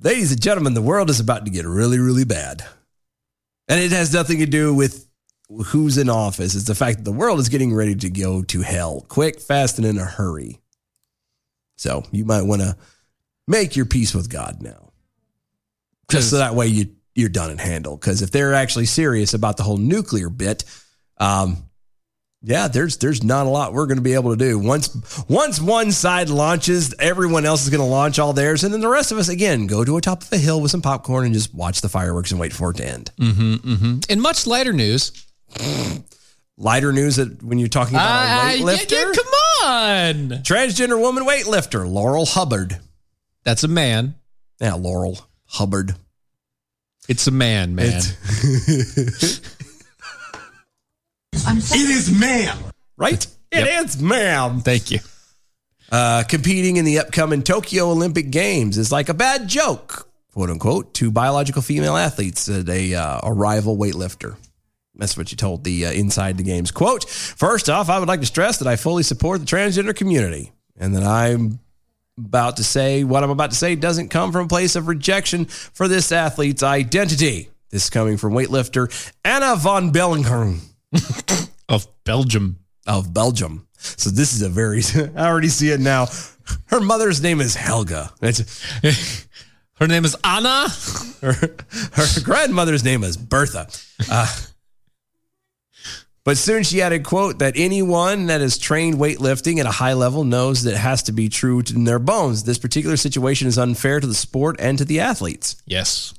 ladies and gentlemen, the world is about to get really really bad, and it has nothing to do with who's in office. It's the fact that the world is getting ready to go to hell quick, fast, and in a hurry. So you might want to make your peace with God now, just so that way you you're done and handled. Because if they're actually serious about the whole nuclear bit, um, yeah, there's there's not a lot we're going to be able to do once once one side launches, everyone else is going to launch all theirs, and then the rest of us again go to a top of a hill with some popcorn and just watch the fireworks and wait for it to end.
Mm-hmm, mm-hmm. In much lighter news,
lighter news that when you're talking about
Uh,
a
yeah,
weightlifter.
yeah, come on.
Transgender woman weightlifter, Laurel Hubbard.
That's a man.
Yeah, Laurel Hubbard.
It's a man, man.
it is ma'am. Right? It is ma'am.
Thank you.
Uh, competing in the upcoming Tokyo Olympic Games is like a bad joke, quote unquote, to biological female athletes at a, uh, a rival weightlifter. That's what you told the uh, Inside the Games quote. First off, I would like to stress that I fully support the transgender community and that I'm about to say what I'm about to say doesn't come from a place of rejection for this athlete's identity. This is coming from weightlifter Anna von Bellingham
of Belgium.
Of Belgium. So this is a very. [LAUGHS] I already see it now. Her mother's name is Helga. It's-
her name is Anna.
Her, grandmother's name is Bertha. Uh, but soon she added, "Quote that anyone that has trained weightlifting at a high level knows that it has to be true to their bones. This particular situation is unfair to the sport and to the athletes."
Yes.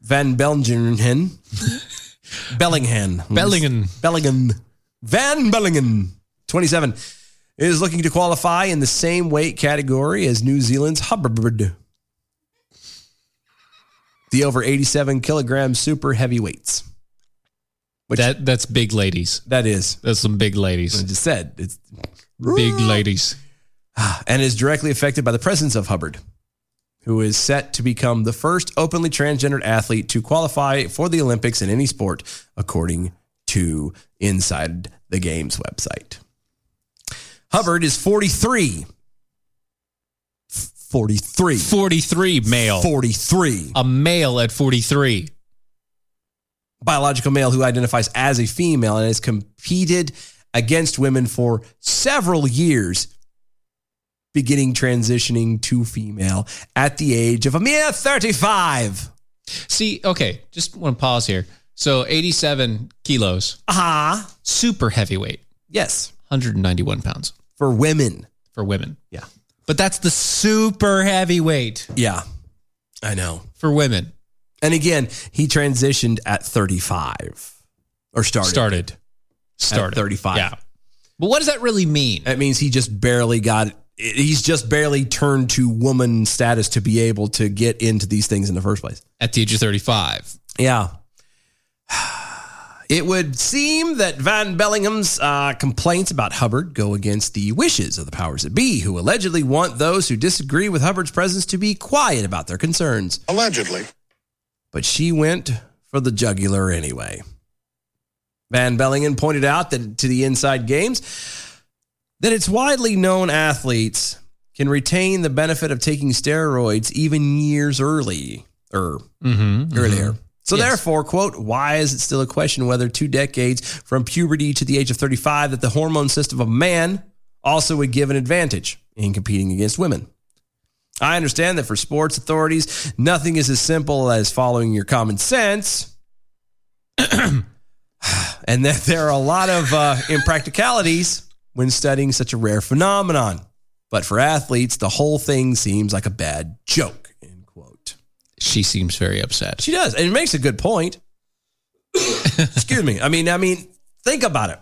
Van Bellingham. Bellingham.
Bellingham.
Bellingham. Van Bellingham. 27 is looking to qualify in the same weight category as New Zealand's Hubbard. The over 87 kilogram super heavyweights.
that that's big ladies.
That is.
That's some big ladies.
I just said it's
big ladies.
and is directly affected by the presence of Hubbard, who is set to become the first openly transgendered athlete to qualify for the Olympics in any sport, according to Inside the Games website. Hubbard is 43. 43.
43 male.
43.
A male at 43.
Biological male who identifies as a female and has competed against women for several years, beginning transitioning to female at the age of a mere 35.
See, okay, just want to pause here. So 87 kilos.
Ah. Uh-huh.
Super heavyweight.
Yes.
191 pounds.
For women.
For women.
Yeah.
But that's the super heavyweight
Yeah. I know.
for women.
And again, he transitioned at 35 or started.
Started.
At
Started.
35.
Yeah. But what does that really mean?
That means he just barely got, he's just barely turned to woman status to be able to get into these things in the first place.
At the age of 35.
Yeah. [SIGHS] It would seem that Van Bellingham's uh, complaints about Hubbard go against the wishes of the powers that be, who allegedly want those who disagree with Hubbard's presence to be quiet about their concerns.
Allegedly.
but she went for the jugular anyway. Van Bellingen pointed out that to the Inside Games that its widely known athletes can retain the benefit of taking steroids even years early or earlier. So
Yes.
therefore, quote, why is it still a question whether two decades from puberty to the age of 35 that the hormone system of a man also would give an advantage in competing against women? I understand that for sports authorities, nothing is as simple as following your common sense. and that [LAUGHS] there are a lot of uh, impracticalities when studying such a rare phenomenon. But for athletes, the whole thing seems like a bad joke. End quote.
She seems very upset.
She does, and it makes a good point. [COUGHS] Excuse me. I mean, I mean, think about it.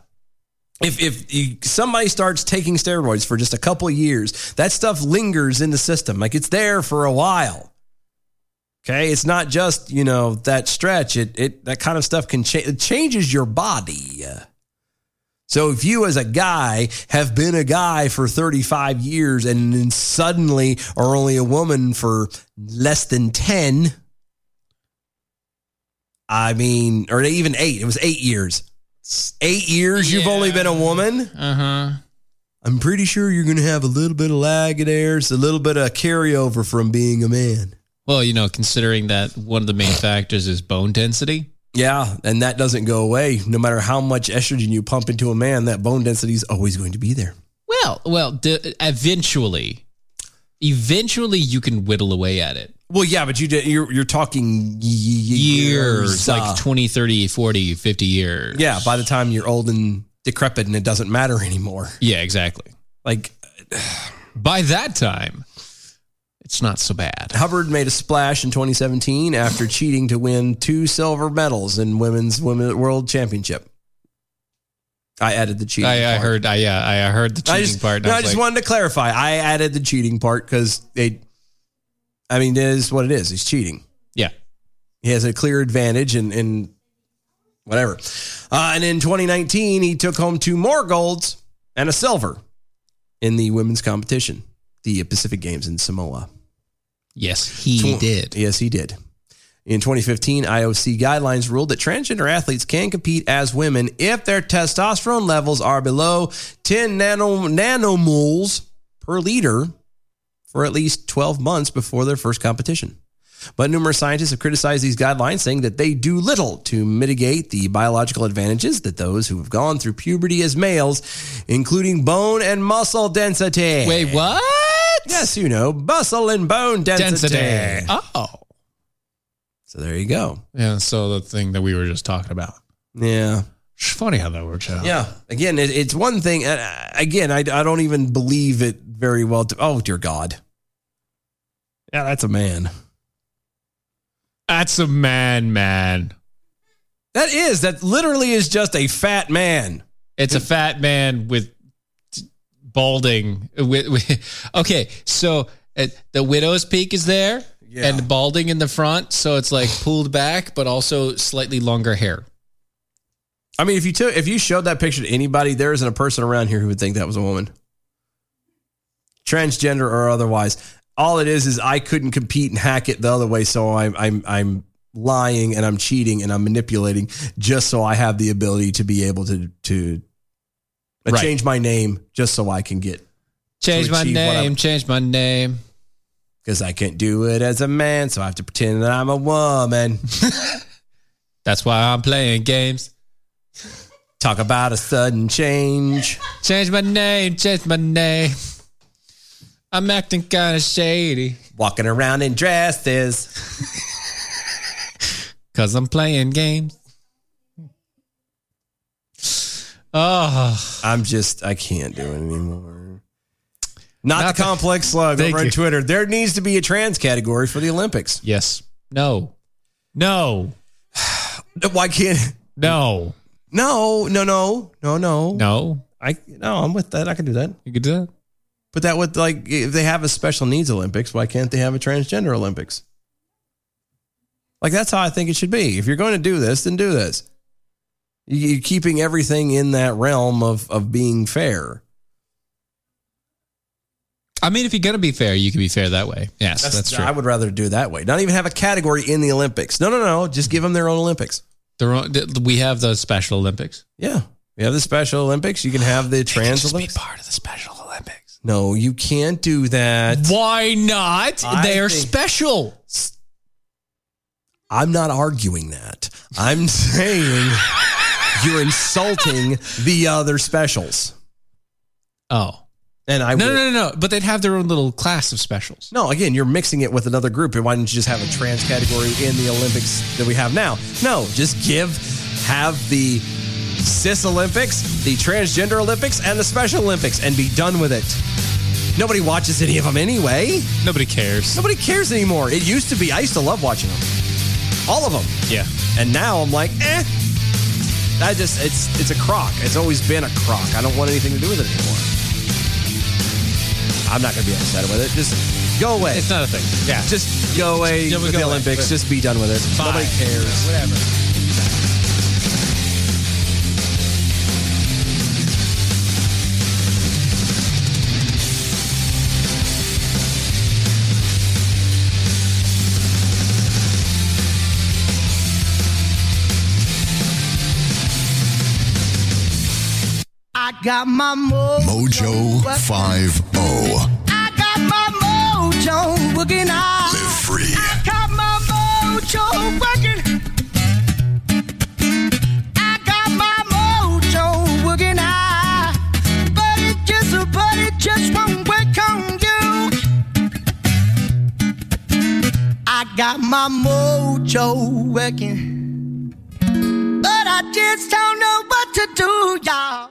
If if you, somebody starts taking steroids for just a couple of years, that stuff lingers in the system. Like it's there for a while. Okay, it's not just you know that stretch. It it that kind of stuff can change. It changes your body. So if you as a guy have been a guy for 35 years and then suddenly are only a woman for less than 10, I mean, or even eight, it was eight years. Eight years you've only been a woman? Uh-huh. I'm pretty sure you're going to have a little bit of lag there, it's a little bit of carryover from being a man.
Well, you know, considering that one of the main factors is bone density.
Yeah, and that doesn't go away. No matter how much estrogen you pump into a man, that bone density is always going to be there.
Well, well, d- eventually, eventually you can whittle away at it.
Well, yeah, but you did, you're you're talking years,
Years, like 20, 30, 40, 50 years.
Yeah, by the time you're old and decrepit, and it doesn't matter anymore.
Yeah, exactly.
Like
by that time, it's not so bad.
Hubbard made a splash in 2017 after cheating to win two silver medals in women's women world championship. I added the cheating.
I, I
part.
heard. I, yeah, I heard the cheating
I just,
part. and
No, I,
was
just
like,
wanted to clarify. I added the cheating part because they. I mean, it is what it is. He's cheating.
Yeah.
He has a clear advantage and and whatever. Uh, and in 2019, he took home two more golds and a silver in the women's competition, the Pacific Games in Samoa.
Yes, he
Tw-
did.
Yes, he did. In 2015, IOC guidelines ruled that transgender athletes can compete as women if their testosterone levels are below 10 nano, nanomoles per liter for at least 12 months before their first competition. But numerous scientists have criticized these guidelines, saying that they do little to mitigate the biological advantages that those who have gone through puberty as males, including bone and muscle density.
Wait, what?
Yes, you know, muscle and bone density.
Density. Oh.
So there you go.
Yeah. So the thing that we were just talking about.
Yeah.
It's funny how that works out.
Uh, Yeah. Again, it, it's one thing. And uh, again, I, I don't even believe it very well. To, oh, dear God. Yeah, that's a man.
That's a man, man.
That is. That literally is just a fat man.
It's a fat man with balding. With, with- okay, so uh, the widow's peak is there, and balding in the front, so it's
[SIGHS]
like pulled back, but also slightly longer hair.
I mean, if you took, if you showed that picture to anybody, there isn't a person around here who would think that was a woman, transgender or otherwise. All it is is I couldn't compete and hack it the other way, so I'm I'm I'm lying and I'm cheating and I'm manipulating just so I have the ability to be able to to I
Right.
change my name just so I can get
Change
To
my
achieve what I-
name. Change my name.
because I can't do it as a man, so I have to pretend that I'm a woman.
That's why I'm playing games.
Talk about a sudden change.
Change my name. Change my name. I'm acting kind of shady
Walking around in dresses.
because I'm playing games. [SIGHS] Oh.
I'm just I can't do it anymore. Not, the complex slug
Thank
over on
you.
Twitter. There needs to be a trans category for the Olympics.
Yes. No. No.
Why can't
No.
No, no, no, no, no.
No.
I no, I'm with that. I can do that.
You could do that.
But that would like if they have a special needs Olympics, why can't they have a transgender Olympics? Like that's how I think it should be. If you're going to do this, then do this. You- You're keeping everything in that realm of of being fair.
I mean, if you're gonna be fair, you can be fair that way. Yes, that's, true.
I
I would,
would rather do that way. Not even have a category in the Olympics. No, no, no. Just give them their own Olympics.
Their own, th- we have the Special Olympics.
Yeah. We have the Special Olympics. You can have the Trans Olympics.
part of the Special Olympics.
No, you can't do that.
Why not?
I
they are
think-
special.
I'm not arguing that.
[LAUGHS]
I'm saying you're insulting the other specials.
Oh
And I
no,
would-
no, no, no! But they'd have their own little class of specials.
No, again, you're mixing it with another group. And why didn't you just have a trans category in the Olympics that we have now? No, just give, have the cis Olympics, the transgender Olympics, and the Special Olympics and be done with it. Nobody watches any of them anyway.
Nobody cares.
Nobody cares anymore. It used to be, I used to love watching them, all of them.
Yeah,
And now I'm like, eh. I just, it's, it's a crock. It's always been a crock. I don't want anything to do with it anymore. I'm not going to be upset with it. Just go away.
it's not a thing. Yeah,
Just go away
Just
with
go
the
away.
Olympics. Just be done with it.
Bye.
Nobody cares.
whatever.
got my mo.
Mojo oh. 5 0.
I got my mojo working out.
Live free.
I got my mojo working. I got my mojo working out. But it just, but it just won't work on you. I got my mojo working. But I just don't know what to do, y'all.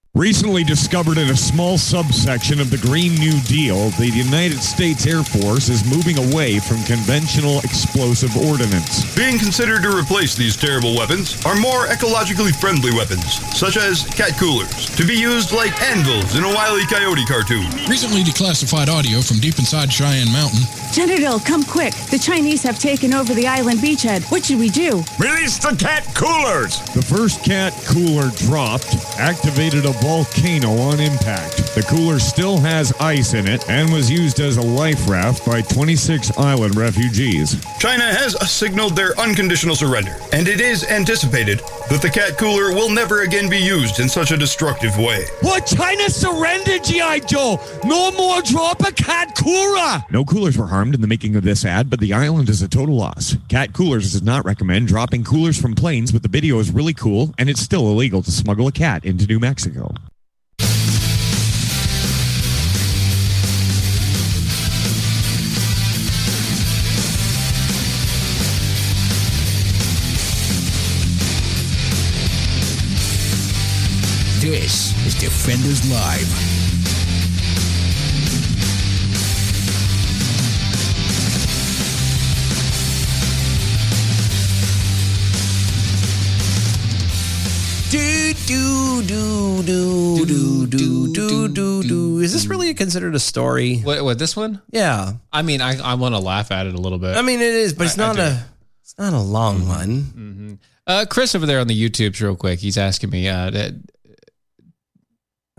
Recently discovered in a small subsection of the Green New Deal, the United States Air Force is moving away from conventional explosive ordnance.
Being considered to replace these terrible weapons are more ecologically friendly weapons, such as cat coolers, to be used like anvils in a wily coyote cartoon.
Recently declassified audio from deep inside Cheyenne Mountain.
General, come quick. The Chinese have taken over the island beachhead. What should we do?
Release the cat coolers! The first cat cooler dropped activated a volcano on impact. The cooler still has ice in it and was used as a life raft by 26 island refugees.
China has signaled their unconditional surrender, and it is anticipated that the cat cooler will never again be used in such a destructive way.
What? China surrendered, G.I. Joe! No more drop a cat cooler! No coolers were harmed in the making of this ad, but the island is a total loss. Cat Coolers does not recommend dropping coolers from planes, but the video is really cool, and it's still illegal to smuggle a cat into New Mexico.
This is Defenders Live.
Do do do do do do do do do. Is this really considered a story?
What, what this one?
Yeah,
I mean, I, I want to laugh at it a little bit.
I mean it is, but it's
I- I
not
do.
a it's not a long one.
Mhm. Uh, Chris over there on the YouTubes, real quick, he's asking me, uh, that,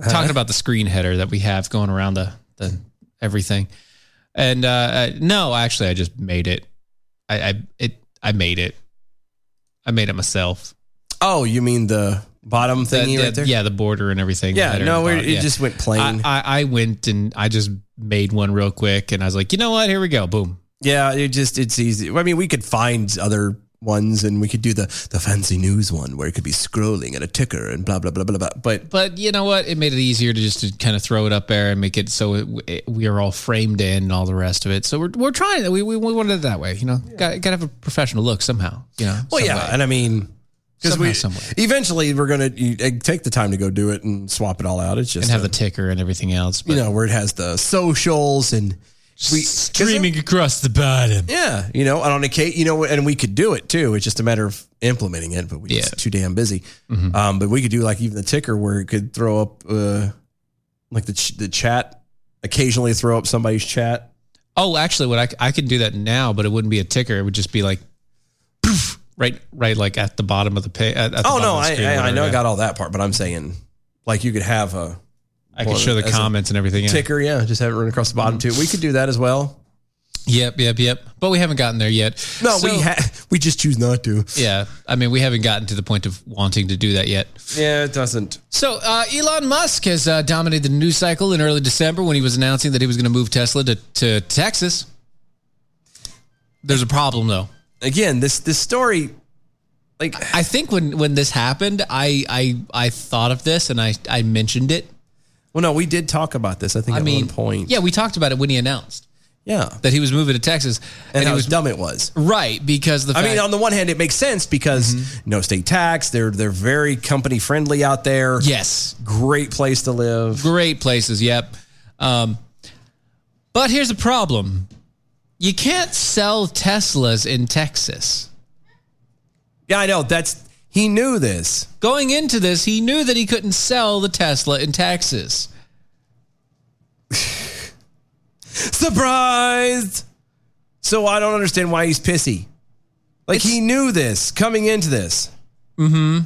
talking about the screen header that we have going around the, the everything. And uh, uh, no, actually, I just made it. I, I it I made it. I made it myself.
Oh, you mean the bottom
The-
thingy
the-
right there?
Yeah, the border and everything.
Yeah,
header
no,
and
it-
bottom,
it just went plain.
I, I, I went and I just made one real quick, and I was like, you know what? Here we go. Boom.
Yeah, it just it's easy. I mean, we could find other ones, and we could do the the fancy news one where it could be scrolling at a ticker and blah blah blah blah blah. But
But you know what? It made it easier to just to kind of throw it up there and make it so it, it, we are all framed in and all the rest of it. So we're, we're trying. We, we, we wanted it that way. You know, got, got to have a professional look somehow. You know.
well,
some
yeah,
way.
and I mean, because
Somehow,
we
some way.
eventually we're gonna you, eh, take the time to go do it and swap it all out. It's just
and have
a-
the ticker and everything else. But
uh, you know where it has the socials and we streaming
across the bottom.
Yeah, you know, and on a case, you know, and we could do it too. It's just a matter of implementing it, but we're just too damn busy. Um, but we could do like even the ticker where it could throw up uh, like the ch- the chat occasionally throw up somebody's chat.
Oh, actually, what I c- I could do that now, but it wouldn't be a ticker. It would just be like, poof, right, right, like at the bottom of the page. At, at the
oh
bottom
no,
of the
I,
screen,
I, I
whatever,
know I
yeah.
got all that part, but I'm saying like you could have a
I could show the
as a
comments and everything. yeah.
ticker, yeah, Mm-hmm. just have it run across the bottom too. We could do that as well.
Yep, yep, yep. But we haven't gotten there yet.
No,
So-
we ha- we just choose not to.
yeah, I mean, we haven't gotten to the point of wanting to do that yet.
Yeah, it doesn't.
So uh, Elon Musk has uh, dominated the news cycle in early December when he was announcing that he was going to move Tesla to, to Texas. There's a problem though.
Again, this this story, like
I think when when this happened, I I I thought of this and I I mentioned it.
Well, no, we did talk about this. I think at one point.
yeah, we talked about it when he announced
Yeah,
that he was moving to Texas,
and, how dumb it was.
right because the
I
fact,
mean, on the one hand, it makes sense because
Mm-hmm.
no state tax. They're they're very company friendly out there.
Yes,
great place to live.
Great places. Yep. Um, but here's a problem: you can't sell Teslas in Texas.
Yeah, I know. That's He knew this.
Going into this, he knew that he couldn't sell the Tesla in Texas.
Surprised. So I don't understand why he's pissy. Like he knew this coming into this.
Mm-hmm.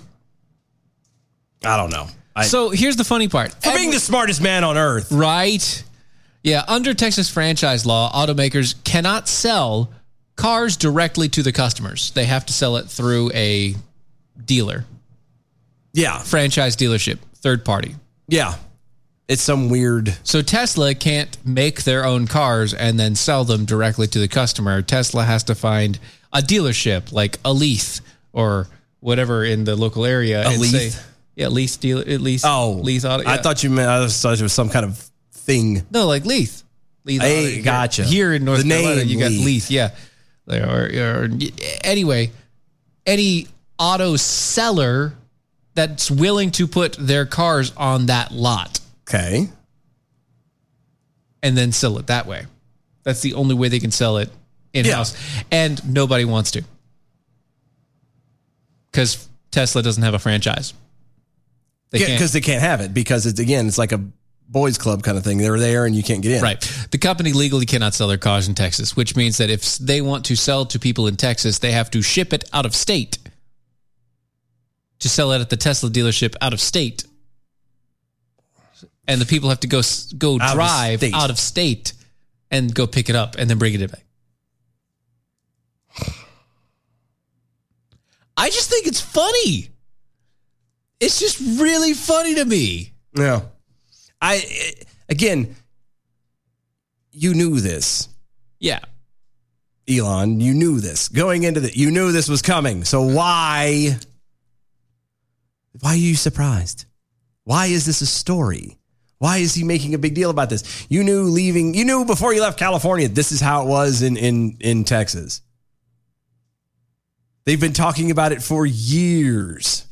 I don't know. I,
so here's the funny part.
for being the smartest man on earth,
Right. Yeah. Under Texas franchise law, automakers cannot sell cars directly to the customers. They have to sell it through a dealer.
Yeah.
Franchise dealership, third party.
Yeah. It's some weird.
So Tesla can't make their own cars and then sell them directly to the customer. Tesla has to find a dealership like a Leith or whatever in the local area.
A
and say-
Leith?
yeah, Leith dealer. At least. Oh, Leith Auto.
I
yeah.
thought you meant I just thought it was some kind of thing.
No, like Leith. Leith
Hey,
Auto. Here-
gotcha.
Here in North
The name
Carolina, you got
Leith.
Leith. Yeah. They are- are- anyway, any auto seller that's willing to put their cars on that lot.
Okay.
And then sell it that way. That's the only way they can sell it in house. And nobody wants to. Because Tesla doesn't have a franchise. They
Yeah,
can't-
because they can't have it because it's again it's like a boys club kind of thing. They're there and you can't get in.
Right. The company legally cannot sell their cars in Texas, which means that if they want to sell to people in Texas, they have to ship it out of state to sell it at the Tesla dealership out of state. And the people have to go s- go
Out of
drive
state.
out of state and go pick it up and then bring it back. I just think it's funny. It's just really funny to me.
Yeah. I it- again, you knew this,
Yeah.
Elon. You knew this going into the. You knew this was coming. So why? Why are you surprised? Why is this a story? Why is he making a big deal about this? You knew leaving. You knew before you left California. This is how it was in in in Texas. They've been talking about it for years.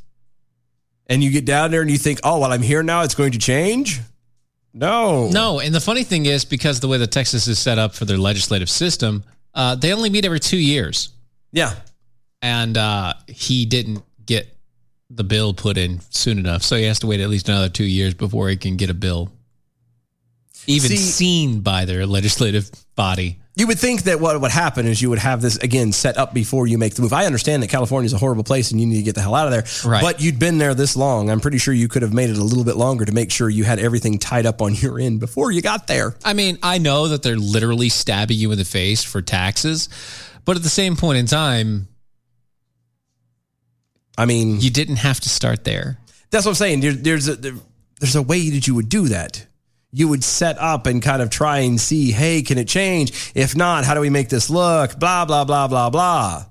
And you get down there and you think, oh, well, I'm here now. It's going to change. No.
No, and the funny thing is because the way that Texas is set up for their legislative system, uh, they only meet every two years,
Yeah.
and uh, he didn't get the bill put in soon enough, so he has to wait at least another two years before he can get a bill even
See-
seen by their legislative body.
You would think that what would happen is you would have this again set up before you make the move. I understand that California is a horrible place and you need to get the hell out of there.
Right.
But you'd been there this long. I'm pretty sure you could have made it a little bit longer to make sure you had everything tied up on your end before you got there.
I mean, I know that they're literally stabbing you in the face for taxes, but at the same point in time,
I mean,
you didn't have to start there.
That's what I'm saying. There, there's a there- there's a way that you would do that. You would set up and kind of try and see, hey, can it change? If not, how do we make this look? Blah blah blah blah blah.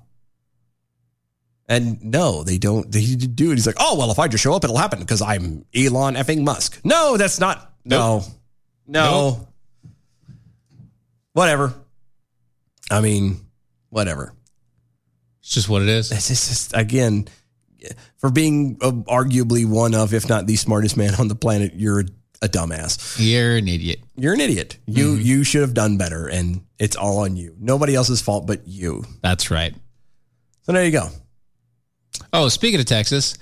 And no, they don't. They didn't do it. He's like, oh well, if I just show up, it'll happen because I'm Elon effing Musk. No, that's not. No, no. Whatever. I mean, whatever.
It's just what it is.
[LAUGHS] It's just, just, again for being uh, arguably one of, if not the smartest man on the planet. You're a, a dumbass.
You're an idiot.
You're an idiot. You you should have done better, and it's all on you. Nobody else's fault but you.
That's right.
So there you go.
Oh, speaking of Texas,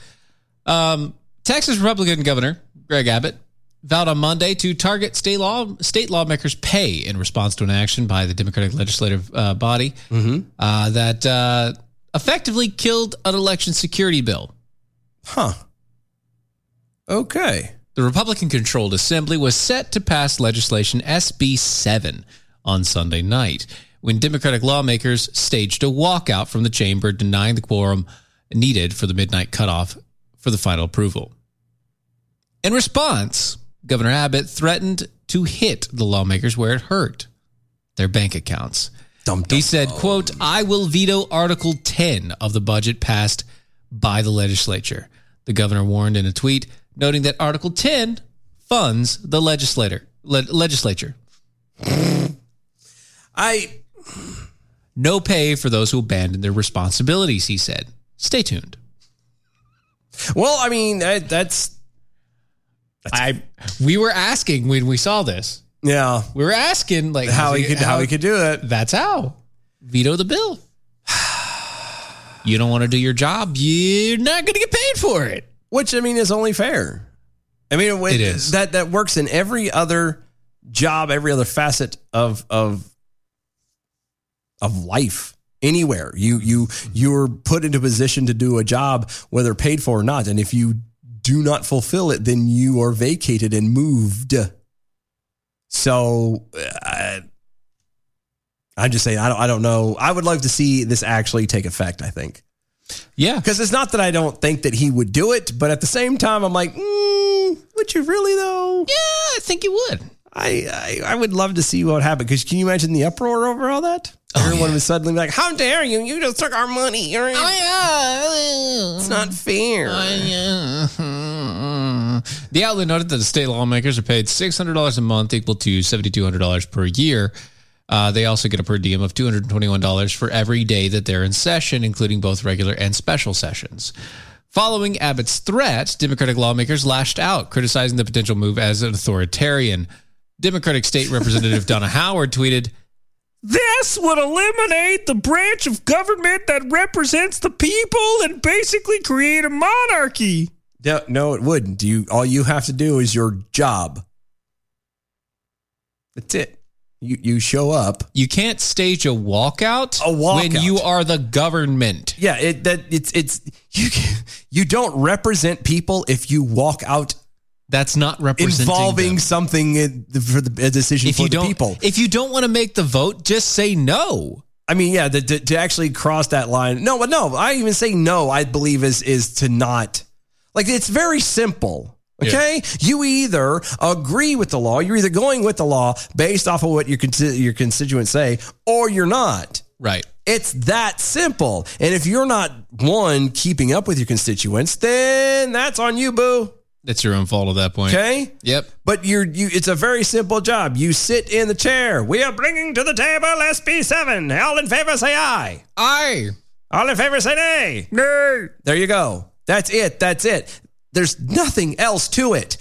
um, Texas Republican Governor Greg Abbott vowed on Monday to target state law state lawmakers' pay in response to an action by the Democratic legislative uh, body uh, that uh, effectively killed an election security bill.
Huh. Okay.
The Republican controlled assembly was set to pass legislation SB 7 on Sunday night when Democratic lawmakers staged a walkout from the chamber denying the quorum needed for the midnight cutoff for the final approval. In response, Governor Abbott threatened to hit the lawmakers where it hurt their bank accounts. he said, quote, I will veto Article 10 of the budget passed by the legislature. The governor warned in a tweet, noting that Article 10 funds the legislator, le- legislature.
I
No pay for those who abandon their responsibilities, he said. Stay tuned.
Well, I mean, that, that's,
I we were asking when we saw this.
Yeah.
We were asking like
How he could- how he could do it.
That's how. Veto the bill. you don't want to do your job, you're not going to get paid for it.
Which I mean is only fair. I mean, when-
It is.
that that works in every other job, every other facet of of of life. Anywhere you you you're put into a position to do a job, whether paid for or not, and if you do not fulfill it, then you are vacated and moved. So, uh, I, I'm just saying, I don't I don't know. I would love to see this actually take effect. I think.
Yeah.
Because it's not that I don't think that he would do it, but at the same time, I'm like, mm, would you really though? Yeah,
I think you would.
I, I, I would love to see what happened because can you imagine the uproar over all that? Everyone was suddenly like, "How dare you? You just took our money! You're-
Oh,
It's not fair."
The outlet noted that the state lawmakers are paid $600 a month, equal to $7,200 per year. Uh, they also get a per diem of $221 for every day that they're in session, including both regular and special sessions. Following Abbott's threat, Democratic lawmakers lashed out, criticizing the potential move as an authoritarian. Democratic State Representative [LAUGHS] Donna Howard tweeted,
This would eliminate the branch of government that represents the people and basically create a monarchy.
No, no, it wouldn't. You all you have to do is your job. That's it. You you show up.
You can't stage a walkout.
A
when
walkout
you are the government.
Yeah, it that it's it's you can- you don't represent people if you walk out.
That's not representing
involving
them.
something in, for the a decision
If
for
you
the
don't-
people.
If you don't want to make the vote, just say no.
I mean, yeah, the, to, to actually cross that line. No, but no, I even say no. I believe is is to not like it's very simple. Okay, you either agree with the law, you're either going with the law based off of what your consi- your constituents say, or you're not.
Right.
It's that simple. And if you're not one keeping up with your constituents, then that's on you, boo.
That's your own fault at that point.
Okay.
Yep.
But you're you. It's a very simple job. You sit in the chair. We are bringing to the table SB7. All in favor, say aye.
Aye.
All in favor, say nay. Nay. There you go. That's it. That's it. There's nothing else to it.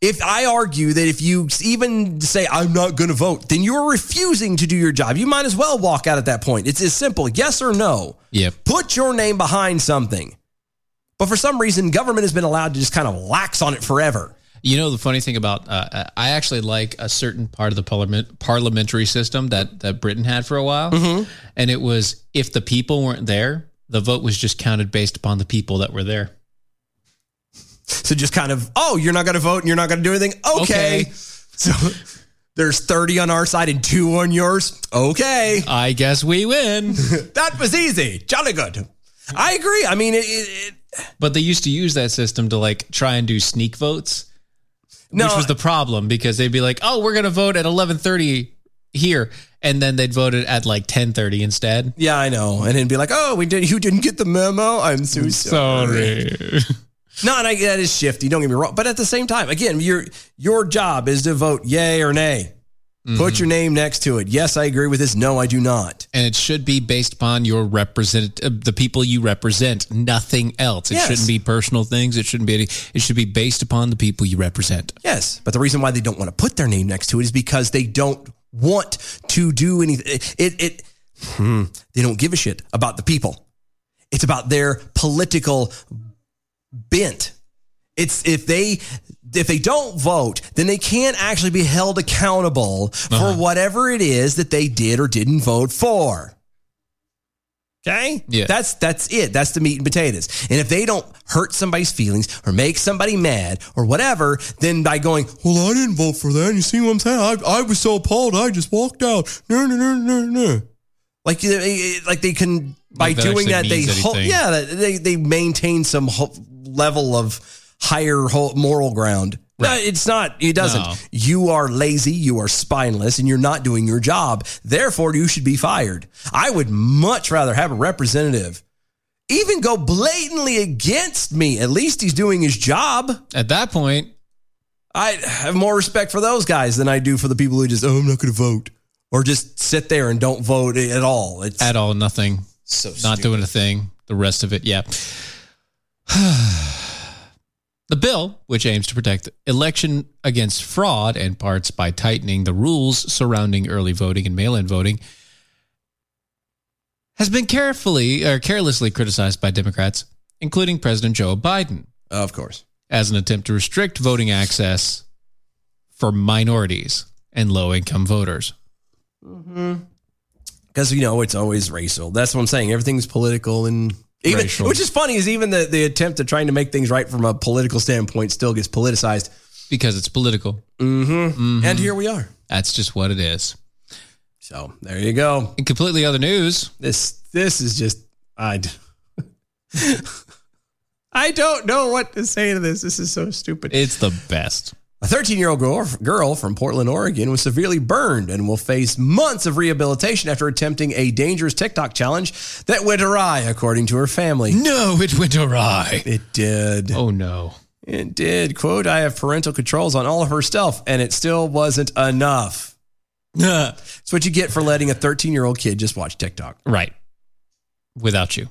If I argue that if you even say I'm not going to vote, then you're refusing to do your job. You might as well walk out at that point. It's as simple. Yes or no.
Yep.
Put your name behind something. But for some reason, government has been allowed to just kind of lax on it forever.
You know the funny thing about uh, I actually like a certain part of the parliament parliamentary system that that Britain had for a while,
Mm-hmm.
and it was if the people weren't there, the vote was just counted based upon the people that were there.
So just kind of, oh, you're not going to vote and you're not going to do anything. Okay.
Okay.
[LAUGHS] So there's 30 on our side and two on yours. Okay.
I guess we win. [LAUGHS]
that was easy. Jolly good. I agree. I mean, it, it,
But they used to use that system to like try and do sneak votes,
No.
which was the problem because they'd be like, "Oh, we're gonna vote at eleven thirty here," and then they'd vote it at like ten thirty instead.
yeah, I know. And it'd be like, oh, we did. You didn't get the memo. I'm so sorry. [LAUGHS] No, and I, that is shifty. Don't get me wrong. But at the same time, again, your your job is to vote yay or nay.
Mm-hmm.
Put your name next to it. Yes, I agree with this. No, I do not.
and it should be based upon your represent uh, the people you represent, nothing else. It
Yes.
shouldn't be personal things. It shouldn't be any. It should be based upon the people you represent.
Yes, but the reason why they don't want to put their name next to it is because they don't want to do anything. It it, it- hmm, they don't give a shit about the people. It's about their political bent. It's if they if they don't vote, then they can't actually be held accountable for whatever it is that they did or didn't vote for. Okay?
Yeah.
That's that's it. That's the meat and potatoes. And if they don't hurt somebody's feelings or make somebody mad or whatever, then by going, Well, I didn't vote for that. You see what I'm saying? I, I was so appalled I just walked out. No, no, no, no, no. Like, you know, it- it- like they can by
Like that actually
doing that they
means
ho-
anything.
yeah that- they they maintain some ho- level of higher ho- moral ground. No, it's not. It doesn't.
No.
You are lazy. You are spineless, and you're not doing your job. Therefore, you should be fired. I would much rather have a representative even go blatantly against me. At least he's doing his job.
At that point,
I have more respect for those guys than I do for the people who just oh I'm not going to vote or just sit there and don't vote at all. It's
At all, nothing. So not doing a thing. The rest of it, yeah. [SIGHS] the bill, which aims to protect election against fraud and parts by tightening the rules surrounding early voting and mail-in voting, has been carefully or carelessly criticized by Democrats, including President Joe Biden.
Of course.
As an attempt to restrict voting access for minorities and low income voters.
Mm-hmm. Because, you know, it's always racial. That's what I'm saying. Everything's political and. Even,
Racial.
which is funny is even the, the attempt at trying to make things right from a political standpoint still gets politicized
because it's political.
Mm-hmm. And
Mhm.
here we are.
That's just what it is.
So there you go.
In completely other news,
this this is just I. [LAUGHS] I don't know what to say to this. This is so stupid.
It's the best.
A 13 year old girl, girl from Portland, Oregon was severely burned and will face months of rehabilitation after attempting a dangerous TikTok challenge that went awry, according to her family.
No, it went awry.
It did.
Oh, no.
It did. Quote, I have parental controls on all of her stuff, and it still wasn't enough.
Uh.
That's what you get for letting a 13 year old kid just watch TikTok.
Right. Without you.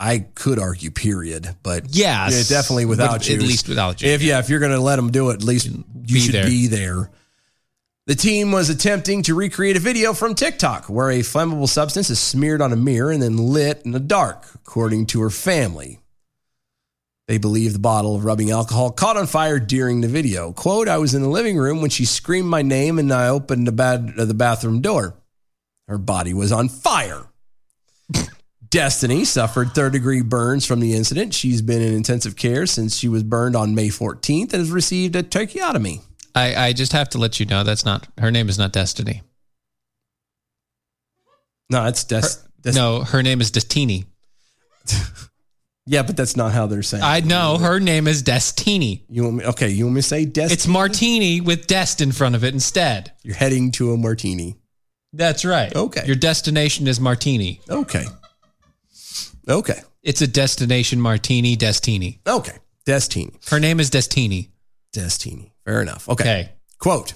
I could argue, period, but
Yes.
yeah, definitely without
With-
you.
at least without you,
If yeah, if you're going to let them do it, at least you
Be
should
there.
be there. The team was attempting to recreate a video from TikTok where a flammable substance is smeared on a mirror and then lit in the dark, according to her family. They believe the bottle of rubbing alcohol caught on fire during the video. Quote, I was in the living room when she screamed my name and I opened the, bad, uh, the bathroom door. Her body was on fire. Destiny suffered third degree burns from the incident. She's been in intensive care since she was burned on May 14th and has received a tracheotomy.
I, I just have to let you know that's not her name is not Destiny.
No, it's Destiny.
no, her name is Destini.
Yeah, but that's not how they're saying.
I know her name is Destini.
You want me? Okay, you want me to say Destiny?
It's martini with dest in front of it instead.
You're heading to a martini.
That's right.
Okay.
Your destination is martini.
Okay. Okay.
It's a destination martini destini.
Okay. Destiny.
Her name is Destini.
Destiny. Fair enough. Okay. Quote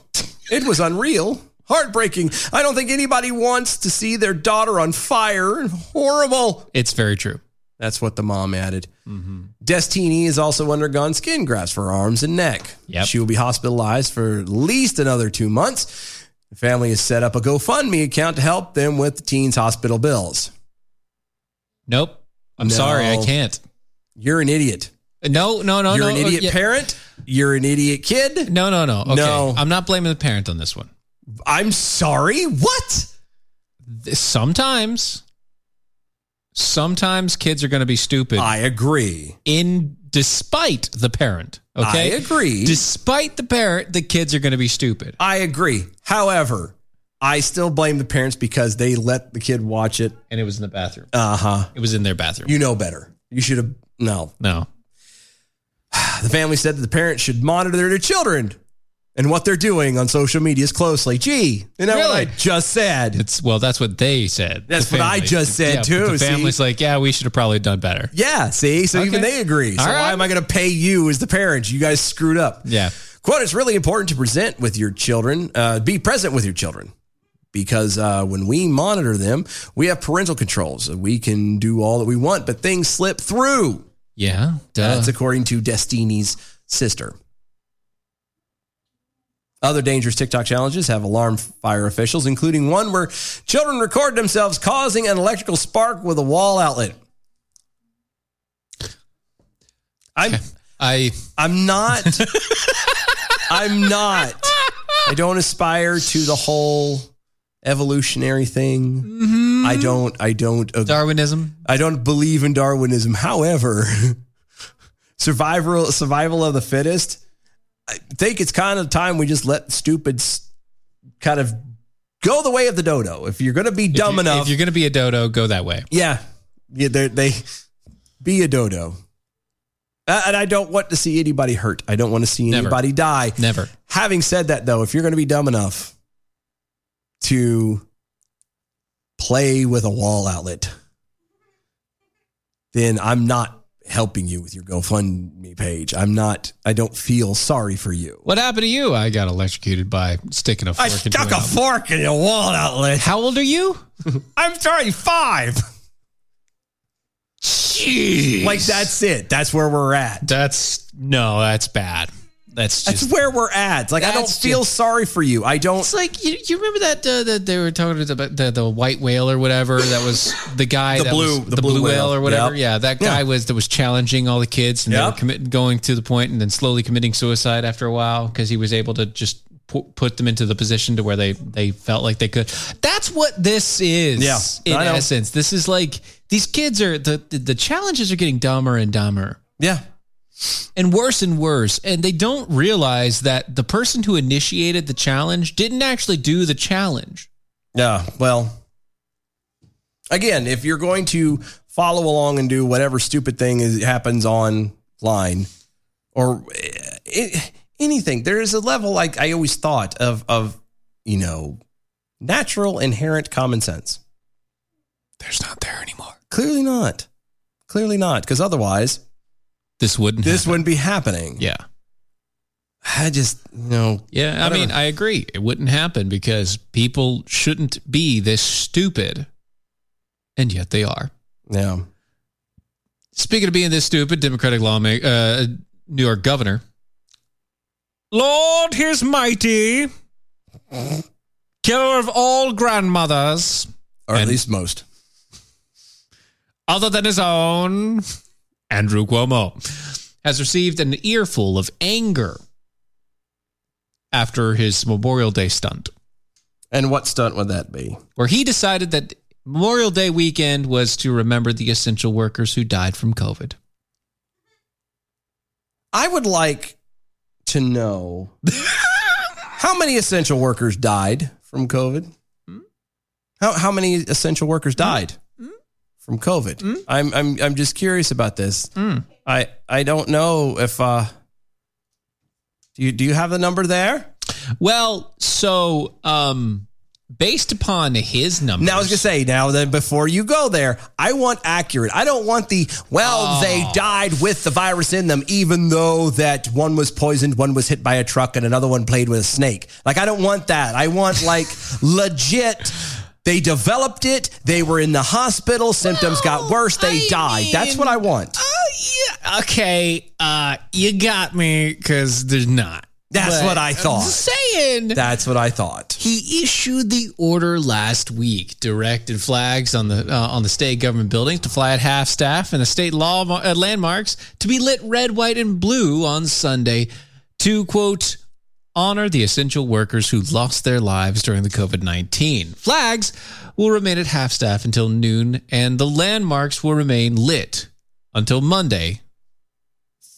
It was unreal, heartbreaking. I don't think anybody wants to see their daughter on fire. Horrible.
It's very true.
That's what the mom added.
Mm-hmm.
Destini has also undergone skin grafts for her arms and neck. She will be hospitalized for at least another two months. The family has set up a GoFundMe account to help them with the teen's hospital bills.
Nope. I'm sorry, I
No.
can't.
You're an idiot.
No, no, Oh, no,
You're
no.
an idiot
Yeah.
parent. You're an idiot kid.
No, no, no. Okay.
No.
I'm not blaming the parent on this one.
I'm sorry. What?
Sometimes, sometimes kids are going to be stupid.
I agree.
In despite the parent, okay,
I agree.
Despite the parent, the kids are going to be stupid.
I agree. However, I still blame the parents because they let the kid watch it.
And it was in the bathroom.
Uh huh.
It was in their bathroom.
You know better. You should have. No.
No.
[SIGHS] The family said that the parents should monitor their children and what they're doing on social medias closely. Gee, you know what I
Really?
just said?
It's well, that's what they said.
That's
The
what I
family.
just said,
Yeah,
too,
The
see?
family's like, yeah, we should have probably done better.
Yeah, see? So even
Okay.
they agree. So
All
why
right.
am I going to pay you as the parent? You guys screwed up.
Yeah.
Quote, it's really important to present with your children, uh, be present with your children. Because uh, when we monitor them, we have parental controls. We can do all that we want, but things slip through.
Yeah. Duh.
That's according to Destini's sister. Other dangerous TikTok challenges have alarmed fire officials, including one where children record themselves causing an electrical spark with a wall outlet. I'm
I
I'm not I'm not I don't aspire to the whole evolutionary thing. I don't I don't ag-
Darwinism.
I don't believe in Darwinism. However, [LAUGHS] survival survival of the fittest. I think it's kind of time we just let stupids kind of go the way of the dodo. If you're going to be dumb
if you-
enough,
If you're going to be a dodo, go that way.
yeah, yeah, they're- they be a dodo. Uh, And I don't want to see anybody hurt. I don't want to see
Never.
anybody die.
Never.
Having said that, though, if you're going to be dumb enough to play with a wall outlet, then I'm not helping you with your GoFundMe page. I'm not, I don't feel sorry for you.
What happened to you? I got electrocuted by sticking a fork.
I
into
stuck
an
a
oven.
fork in a wall outlet.
How old are you?
[LAUGHS] I'm 35.
Jeez.
Like, that's it. That's where we're at.
That's no, that's bad. That's
That's where we're at. Like I don't
That's
feel sorry for you. I don't.
It's like you, you remember that uh, that they were talking about the, the white whale or whatever that was the guy
The
that
blue-
was
the blue whale.
or whatever
Yep.
yeah that guy
Yeah.
was that was challenging all the kids and they were
Yep.
commit, going to the point and then slowly committing suicide after a while because he was able to just pu- put them into the position to where they they felt like they could that's what this is
Yeah,
in
I know.
essence this is like these kids are the the, the challenges are getting dumber and dumber
yeah
and worse and worse. And they don't realize that the person who initiated the challenge didn't actually do the challenge.
Yeah. Well, again, if you're going to follow along and do whatever stupid thing is happens online or eh, it, anything, there is a level like I always thought of of you know natural inherent common sense.
There's not there anymore.
Clearly not. Clearly not.
[LAUGHS]
Because otherwise,
this wouldn't
this wouldn't be happening.
Yeah.
I just you know.
Yeah, I,
don't
mean,
know.
I agree. It wouldn't happen because people shouldn't be this stupid. And yet they are.
Yeah.
Speaking of being this stupid, Democratic lawmaker, uh, New York governor, Lord, his mighty, killer of all grandmothers,
or at least most,
other than his own, Andrew Cuomo, has received an earful of anger after his Memorial Day stunt.
And what stunt would that be?
Where he decided that Memorial Day weekend was to remember the essential workers who died from COVID.
I would like to know how many essential workers died from COVID. How how many essential workers died from COVID? I'm I'm I'm just curious about this. I I don't know if uh do you do you have the number there?
Well, so um based upon his numbers.
Now I was gonna say now then before you go there, I want accurate. I don't want the well they died with the virus in them, even though that one was poisoned, one was hit by a truck, and another one played with a snake. Like I don't want that. I
[LAUGHS]
want like legit. They developed it. They were in the hospital. Symptoms got worse. They died. That's what I want.
Oh, okay, uh you got me cuz there's not.
That's
But
what I
I'm
thought.
just saying.
That's what I thought.
He issued the order last week, directed flags on the uh, on the state government buildings to fly at half staff and the state law uh, landmarks to be lit red, white, and blue on Sunday to quote honor the essential workers who lost their lives during the COVID nineteen. Flags will remain at half staff until noon, and the landmarks will remain lit until Monday,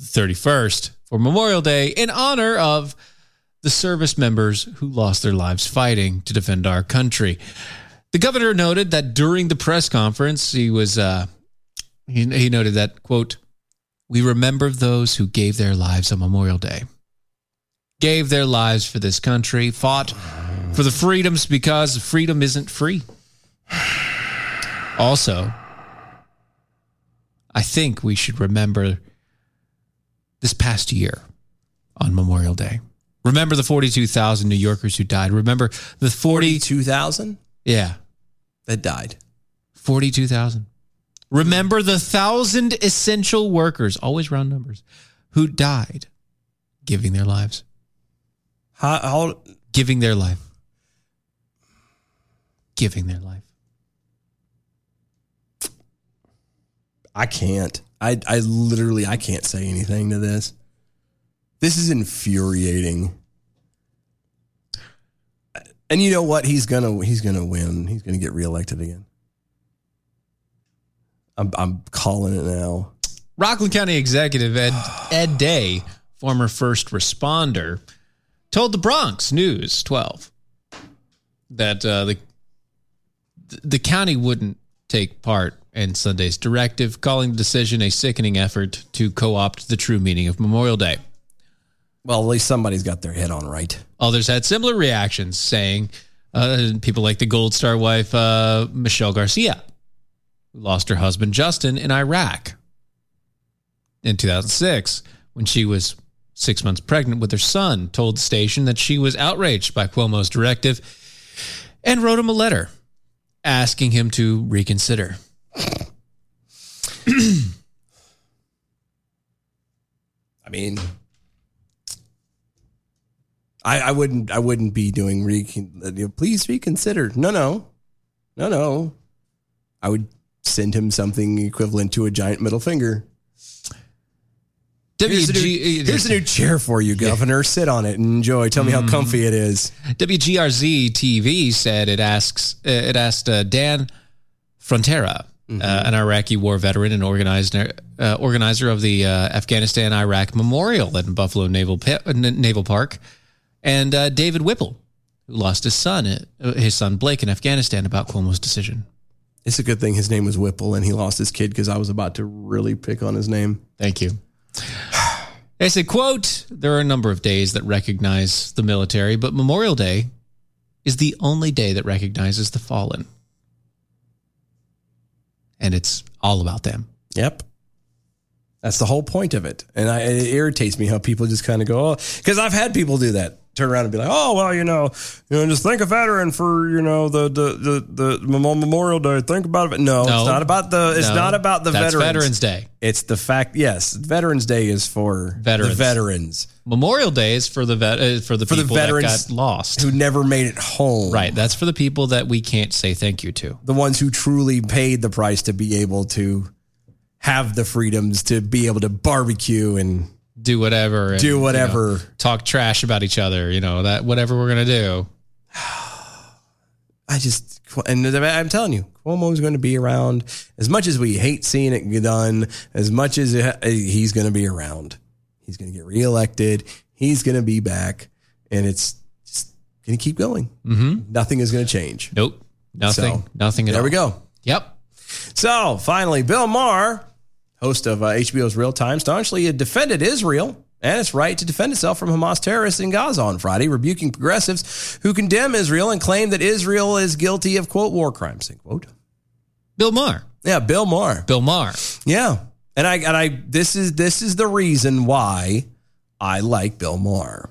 thirty first, for Memorial Day in honor of the service members who lost their lives fighting to defend our country. The governor noted that during the press conference, he was uh, he, he noted that quote, "We remember those who gave their lives on Memorial Day, gave their lives for this country, fought for the freedoms because freedom isn't free." Also, I think we should remember this past year on Memorial Day. Remember the 42,000 New Yorkers who died. Remember the
42,000?
Yeah.
That died.
42,000. Remember the thousand essential workers, always round numbers, who died giving their lives.
How, how
giving their life. Giving their life.
I can't. I I literally I can't say anything to this. This is infuriating. And you know what? He's gonna he's gonna win. He's gonna get reelected again. I'm I'm calling it now.
Rockland County Executive Ed, Ed Day, former first responder, told the Bronx News 12 that uh, the the county wouldn't take part in Sunday's directive, calling the decision a sickening effort to co-opt the true meaning of Memorial Day.
Well, at least somebody's got their head on right.
Others had similar reactions, saying uh, people like the Gold Star wife uh, Michelle Garcia, who lost her husband Justin in Iraq in 2006 when she was six months pregnant with her son, told the station that she was outraged by Cuomo's directive and wrote him a letter asking him to reconsider.
I mean, I, I wouldn't. I wouldn't be doing. Recon, uh, you know, please reconsider. No, no, no, no. I would send him something equivalent to a giant middle finger. Here's a new-
WG
here's a new Mm-hmm. chair for you, Governor. Sit on it and enjoy. Tell me how comfy it is.
WGRZ TV said it asks uh, it asked uh, Dan Frontera, uh, an Iraqi war veteran and organizer uh, organizer of the uh, Afghanistan Iraq Memorial in Buffalo Naval Pe- uh, N- Naval Park, and uh, David Whipple, who lost his son uh, his son Blake in Afghanistan about Cuomo's decision.
It's a good thing his name was Whipple and he lost his kid because I was about to really pick on his name.
Thank you. They say, quote, there are a number of days that recognize the military, but Memorial Day is the only day that recognizes the fallen. And it's all about them.
Yep. That's the whole point of it. And I, it irritates me how people just kind of go, oh, because I've had people do that. Turn around and be like, oh, well, you know, you know, just think a veteran for, you know, the, the, the, the Memo- Memorial Day. Think about it. No,
No.
it's not about the, Uh, it's
No.
not about the
That's
veterans.
Veterans Day.
It's the fact. Yes. Veterans Day is for
Veterans.
The veterans.
Memorial Day is for the vet, uh, for the
For the
people
veterans
that got lost.
who never made it home.
Right. That's for the people that we can't say thank you to.
the ones who truly paid the price to be able to have the freedoms to be able to barbecue and
Do whatever. and,
Do
you know,
whatever.
talk trash about each other. You know that whatever we're gonna do.
I just and I'm telling you, Cuomo's going to be around as much as we hate seeing it done. As much as it, he's going to be around, he's going to get reelected. He's going to be back, and it's just going to keep going.
Mm-hmm.
Nothing is going to change.
Nope. Nothing.
So,
nothing at
there
all.
we go.
Yep.
So finally, Bill Maher, host of uh, HBO's Real Time, staunchly defended Israel and its right to defend itself from Hamas terrorists in Gaza on Friday, rebuking progressives who condemn Israel and claim that Israel is guilty of quote war crimes. End quote.
Bill Maher.
Yeah, Bill Maher.
Bill Maher.
Yeah, and I and I this is this is the reason why I like Bill Maher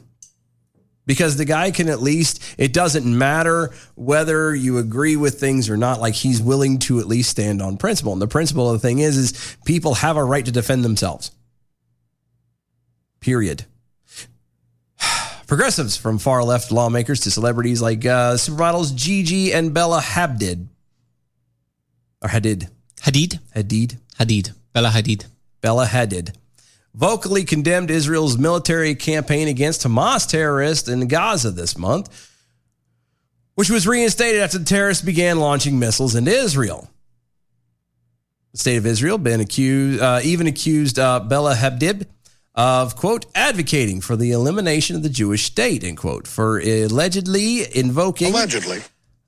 because the guy can at least it doesn't matter whether you agree with things or not like he's willing to at least stand on principle and the principle of the thing is is people have a right to defend themselves period [SIGHS] progressives from far left lawmakers to celebrities like uh, supermodels Gigi and Bella Hadid or Hadid
Hadid
Hadid
Hadid Bella Hadid
Bella Hadid vocally condemned Israel's military campaign against Hamas terrorists in Gaza this month, which was reinstated after the terrorists began launching missiles into Israel. The state of Israel been accused, uh, even accused uh, Bella Hadid of quote advocating for the elimination of the Jewish state end quote for allegedly invoking allegedly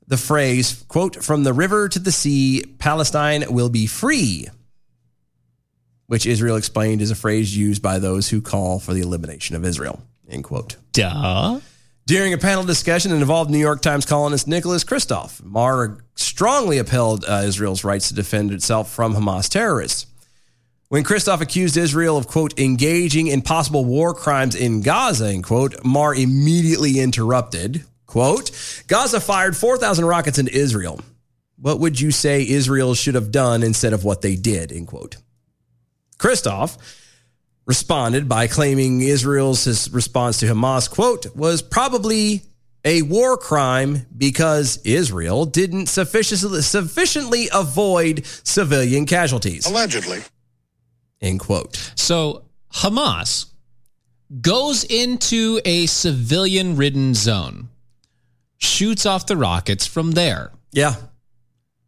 the phrase quote from the river to the sea Palestine will be free which Israel explained is a phrase used by those who call for the elimination of Israel. End quote.
Duh.
During a panel discussion that involved New York Times columnist Nicholas Kristof, Maher strongly upheld uh, Israel's rights to defend itself from Hamas terrorists. When Kristof accused Israel of, quote, engaging in possible war crimes in Gaza, end quote, Maher immediately interrupted, quote, Gaza fired 4,000 rockets into Israel. What would you say Israel should have done instead of what they did, end quote? Kristoff responded by claiming Israel's his response to Hamas, quote, was probably a war crime because Israel didn't sufficiently, sufficiently avoid civilian casualties. Allegedly. End quote.
So Hamas goes into a civilian ridden zone, shoots off the rockets from there.
Yeah.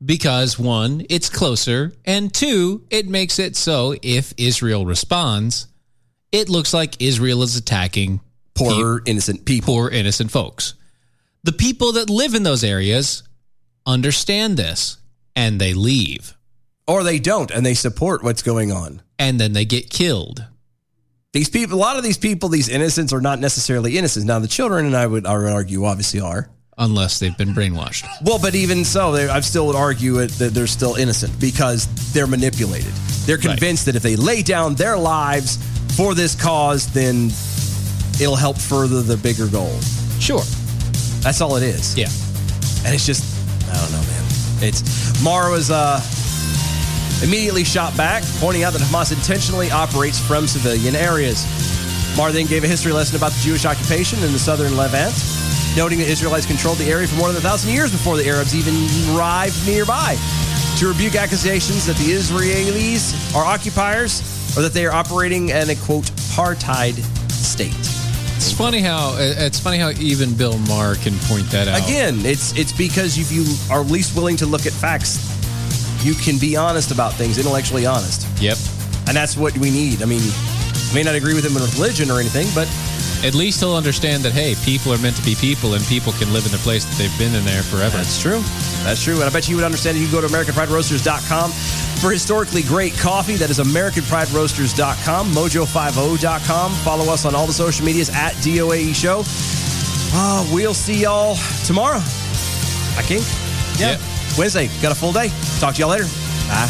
Because one, it's closer, and two, it makes it so if Israel responds, it looks like Israel is attacking
poor innocent people.
Poor innocent folks. The people that live in those areas understand this and they leave.
Or they don't and they support what's going on.
And then they get killed.
These people, a lot of these people, these innocents are not necessarily innocents. Now, the children, and I would, I would argue, obviously are.
Unless they've been brainwashed.
Well, but even so, they, I still would argue it, that they're still innocent because they're manipulated. They're convinced that if they lay down their lives for this cause, then it'll help further the bigger goal.
Sure.
That's all it is.
Yeah.
And it's just, I don't know, man. It's, Mara was uh, immediately shot back, pointing out that Hamas intentionally operates from civilian areas. Mar then gave a history lesson about the Jewish occupation in the southern Levant, noting that Israelites controlled the area for more than a thousand years before the Arabs even arrived nearby. To rebuke accusations that the Israelis are occupiers or that they are operating in a quote apartheid state.
It's funny how it's funny how even Bill Maher can point that out.
Again, it's it's because if you are least willing to look at facts, you can be honest about things, intellectually honest.
Yep.
And that's what we need. I mean, may not agree with him in religion or anything, but
At least he'll understand that hey, people are meant to be people, and people can live in the place that they've been in there forever.
That's true. That's true. And I bet you would understand if you go to AmericanPrideRoasters.com for historically great coffee. That is AmericanPrideRoasters.com, Mojo50.com. Follow us on all the social medias at DOAE E Show. Uh, we'll see y'all tomorrow. I think. Yeah. Wednesday. Got a full day. Talk to y'all later. Bye.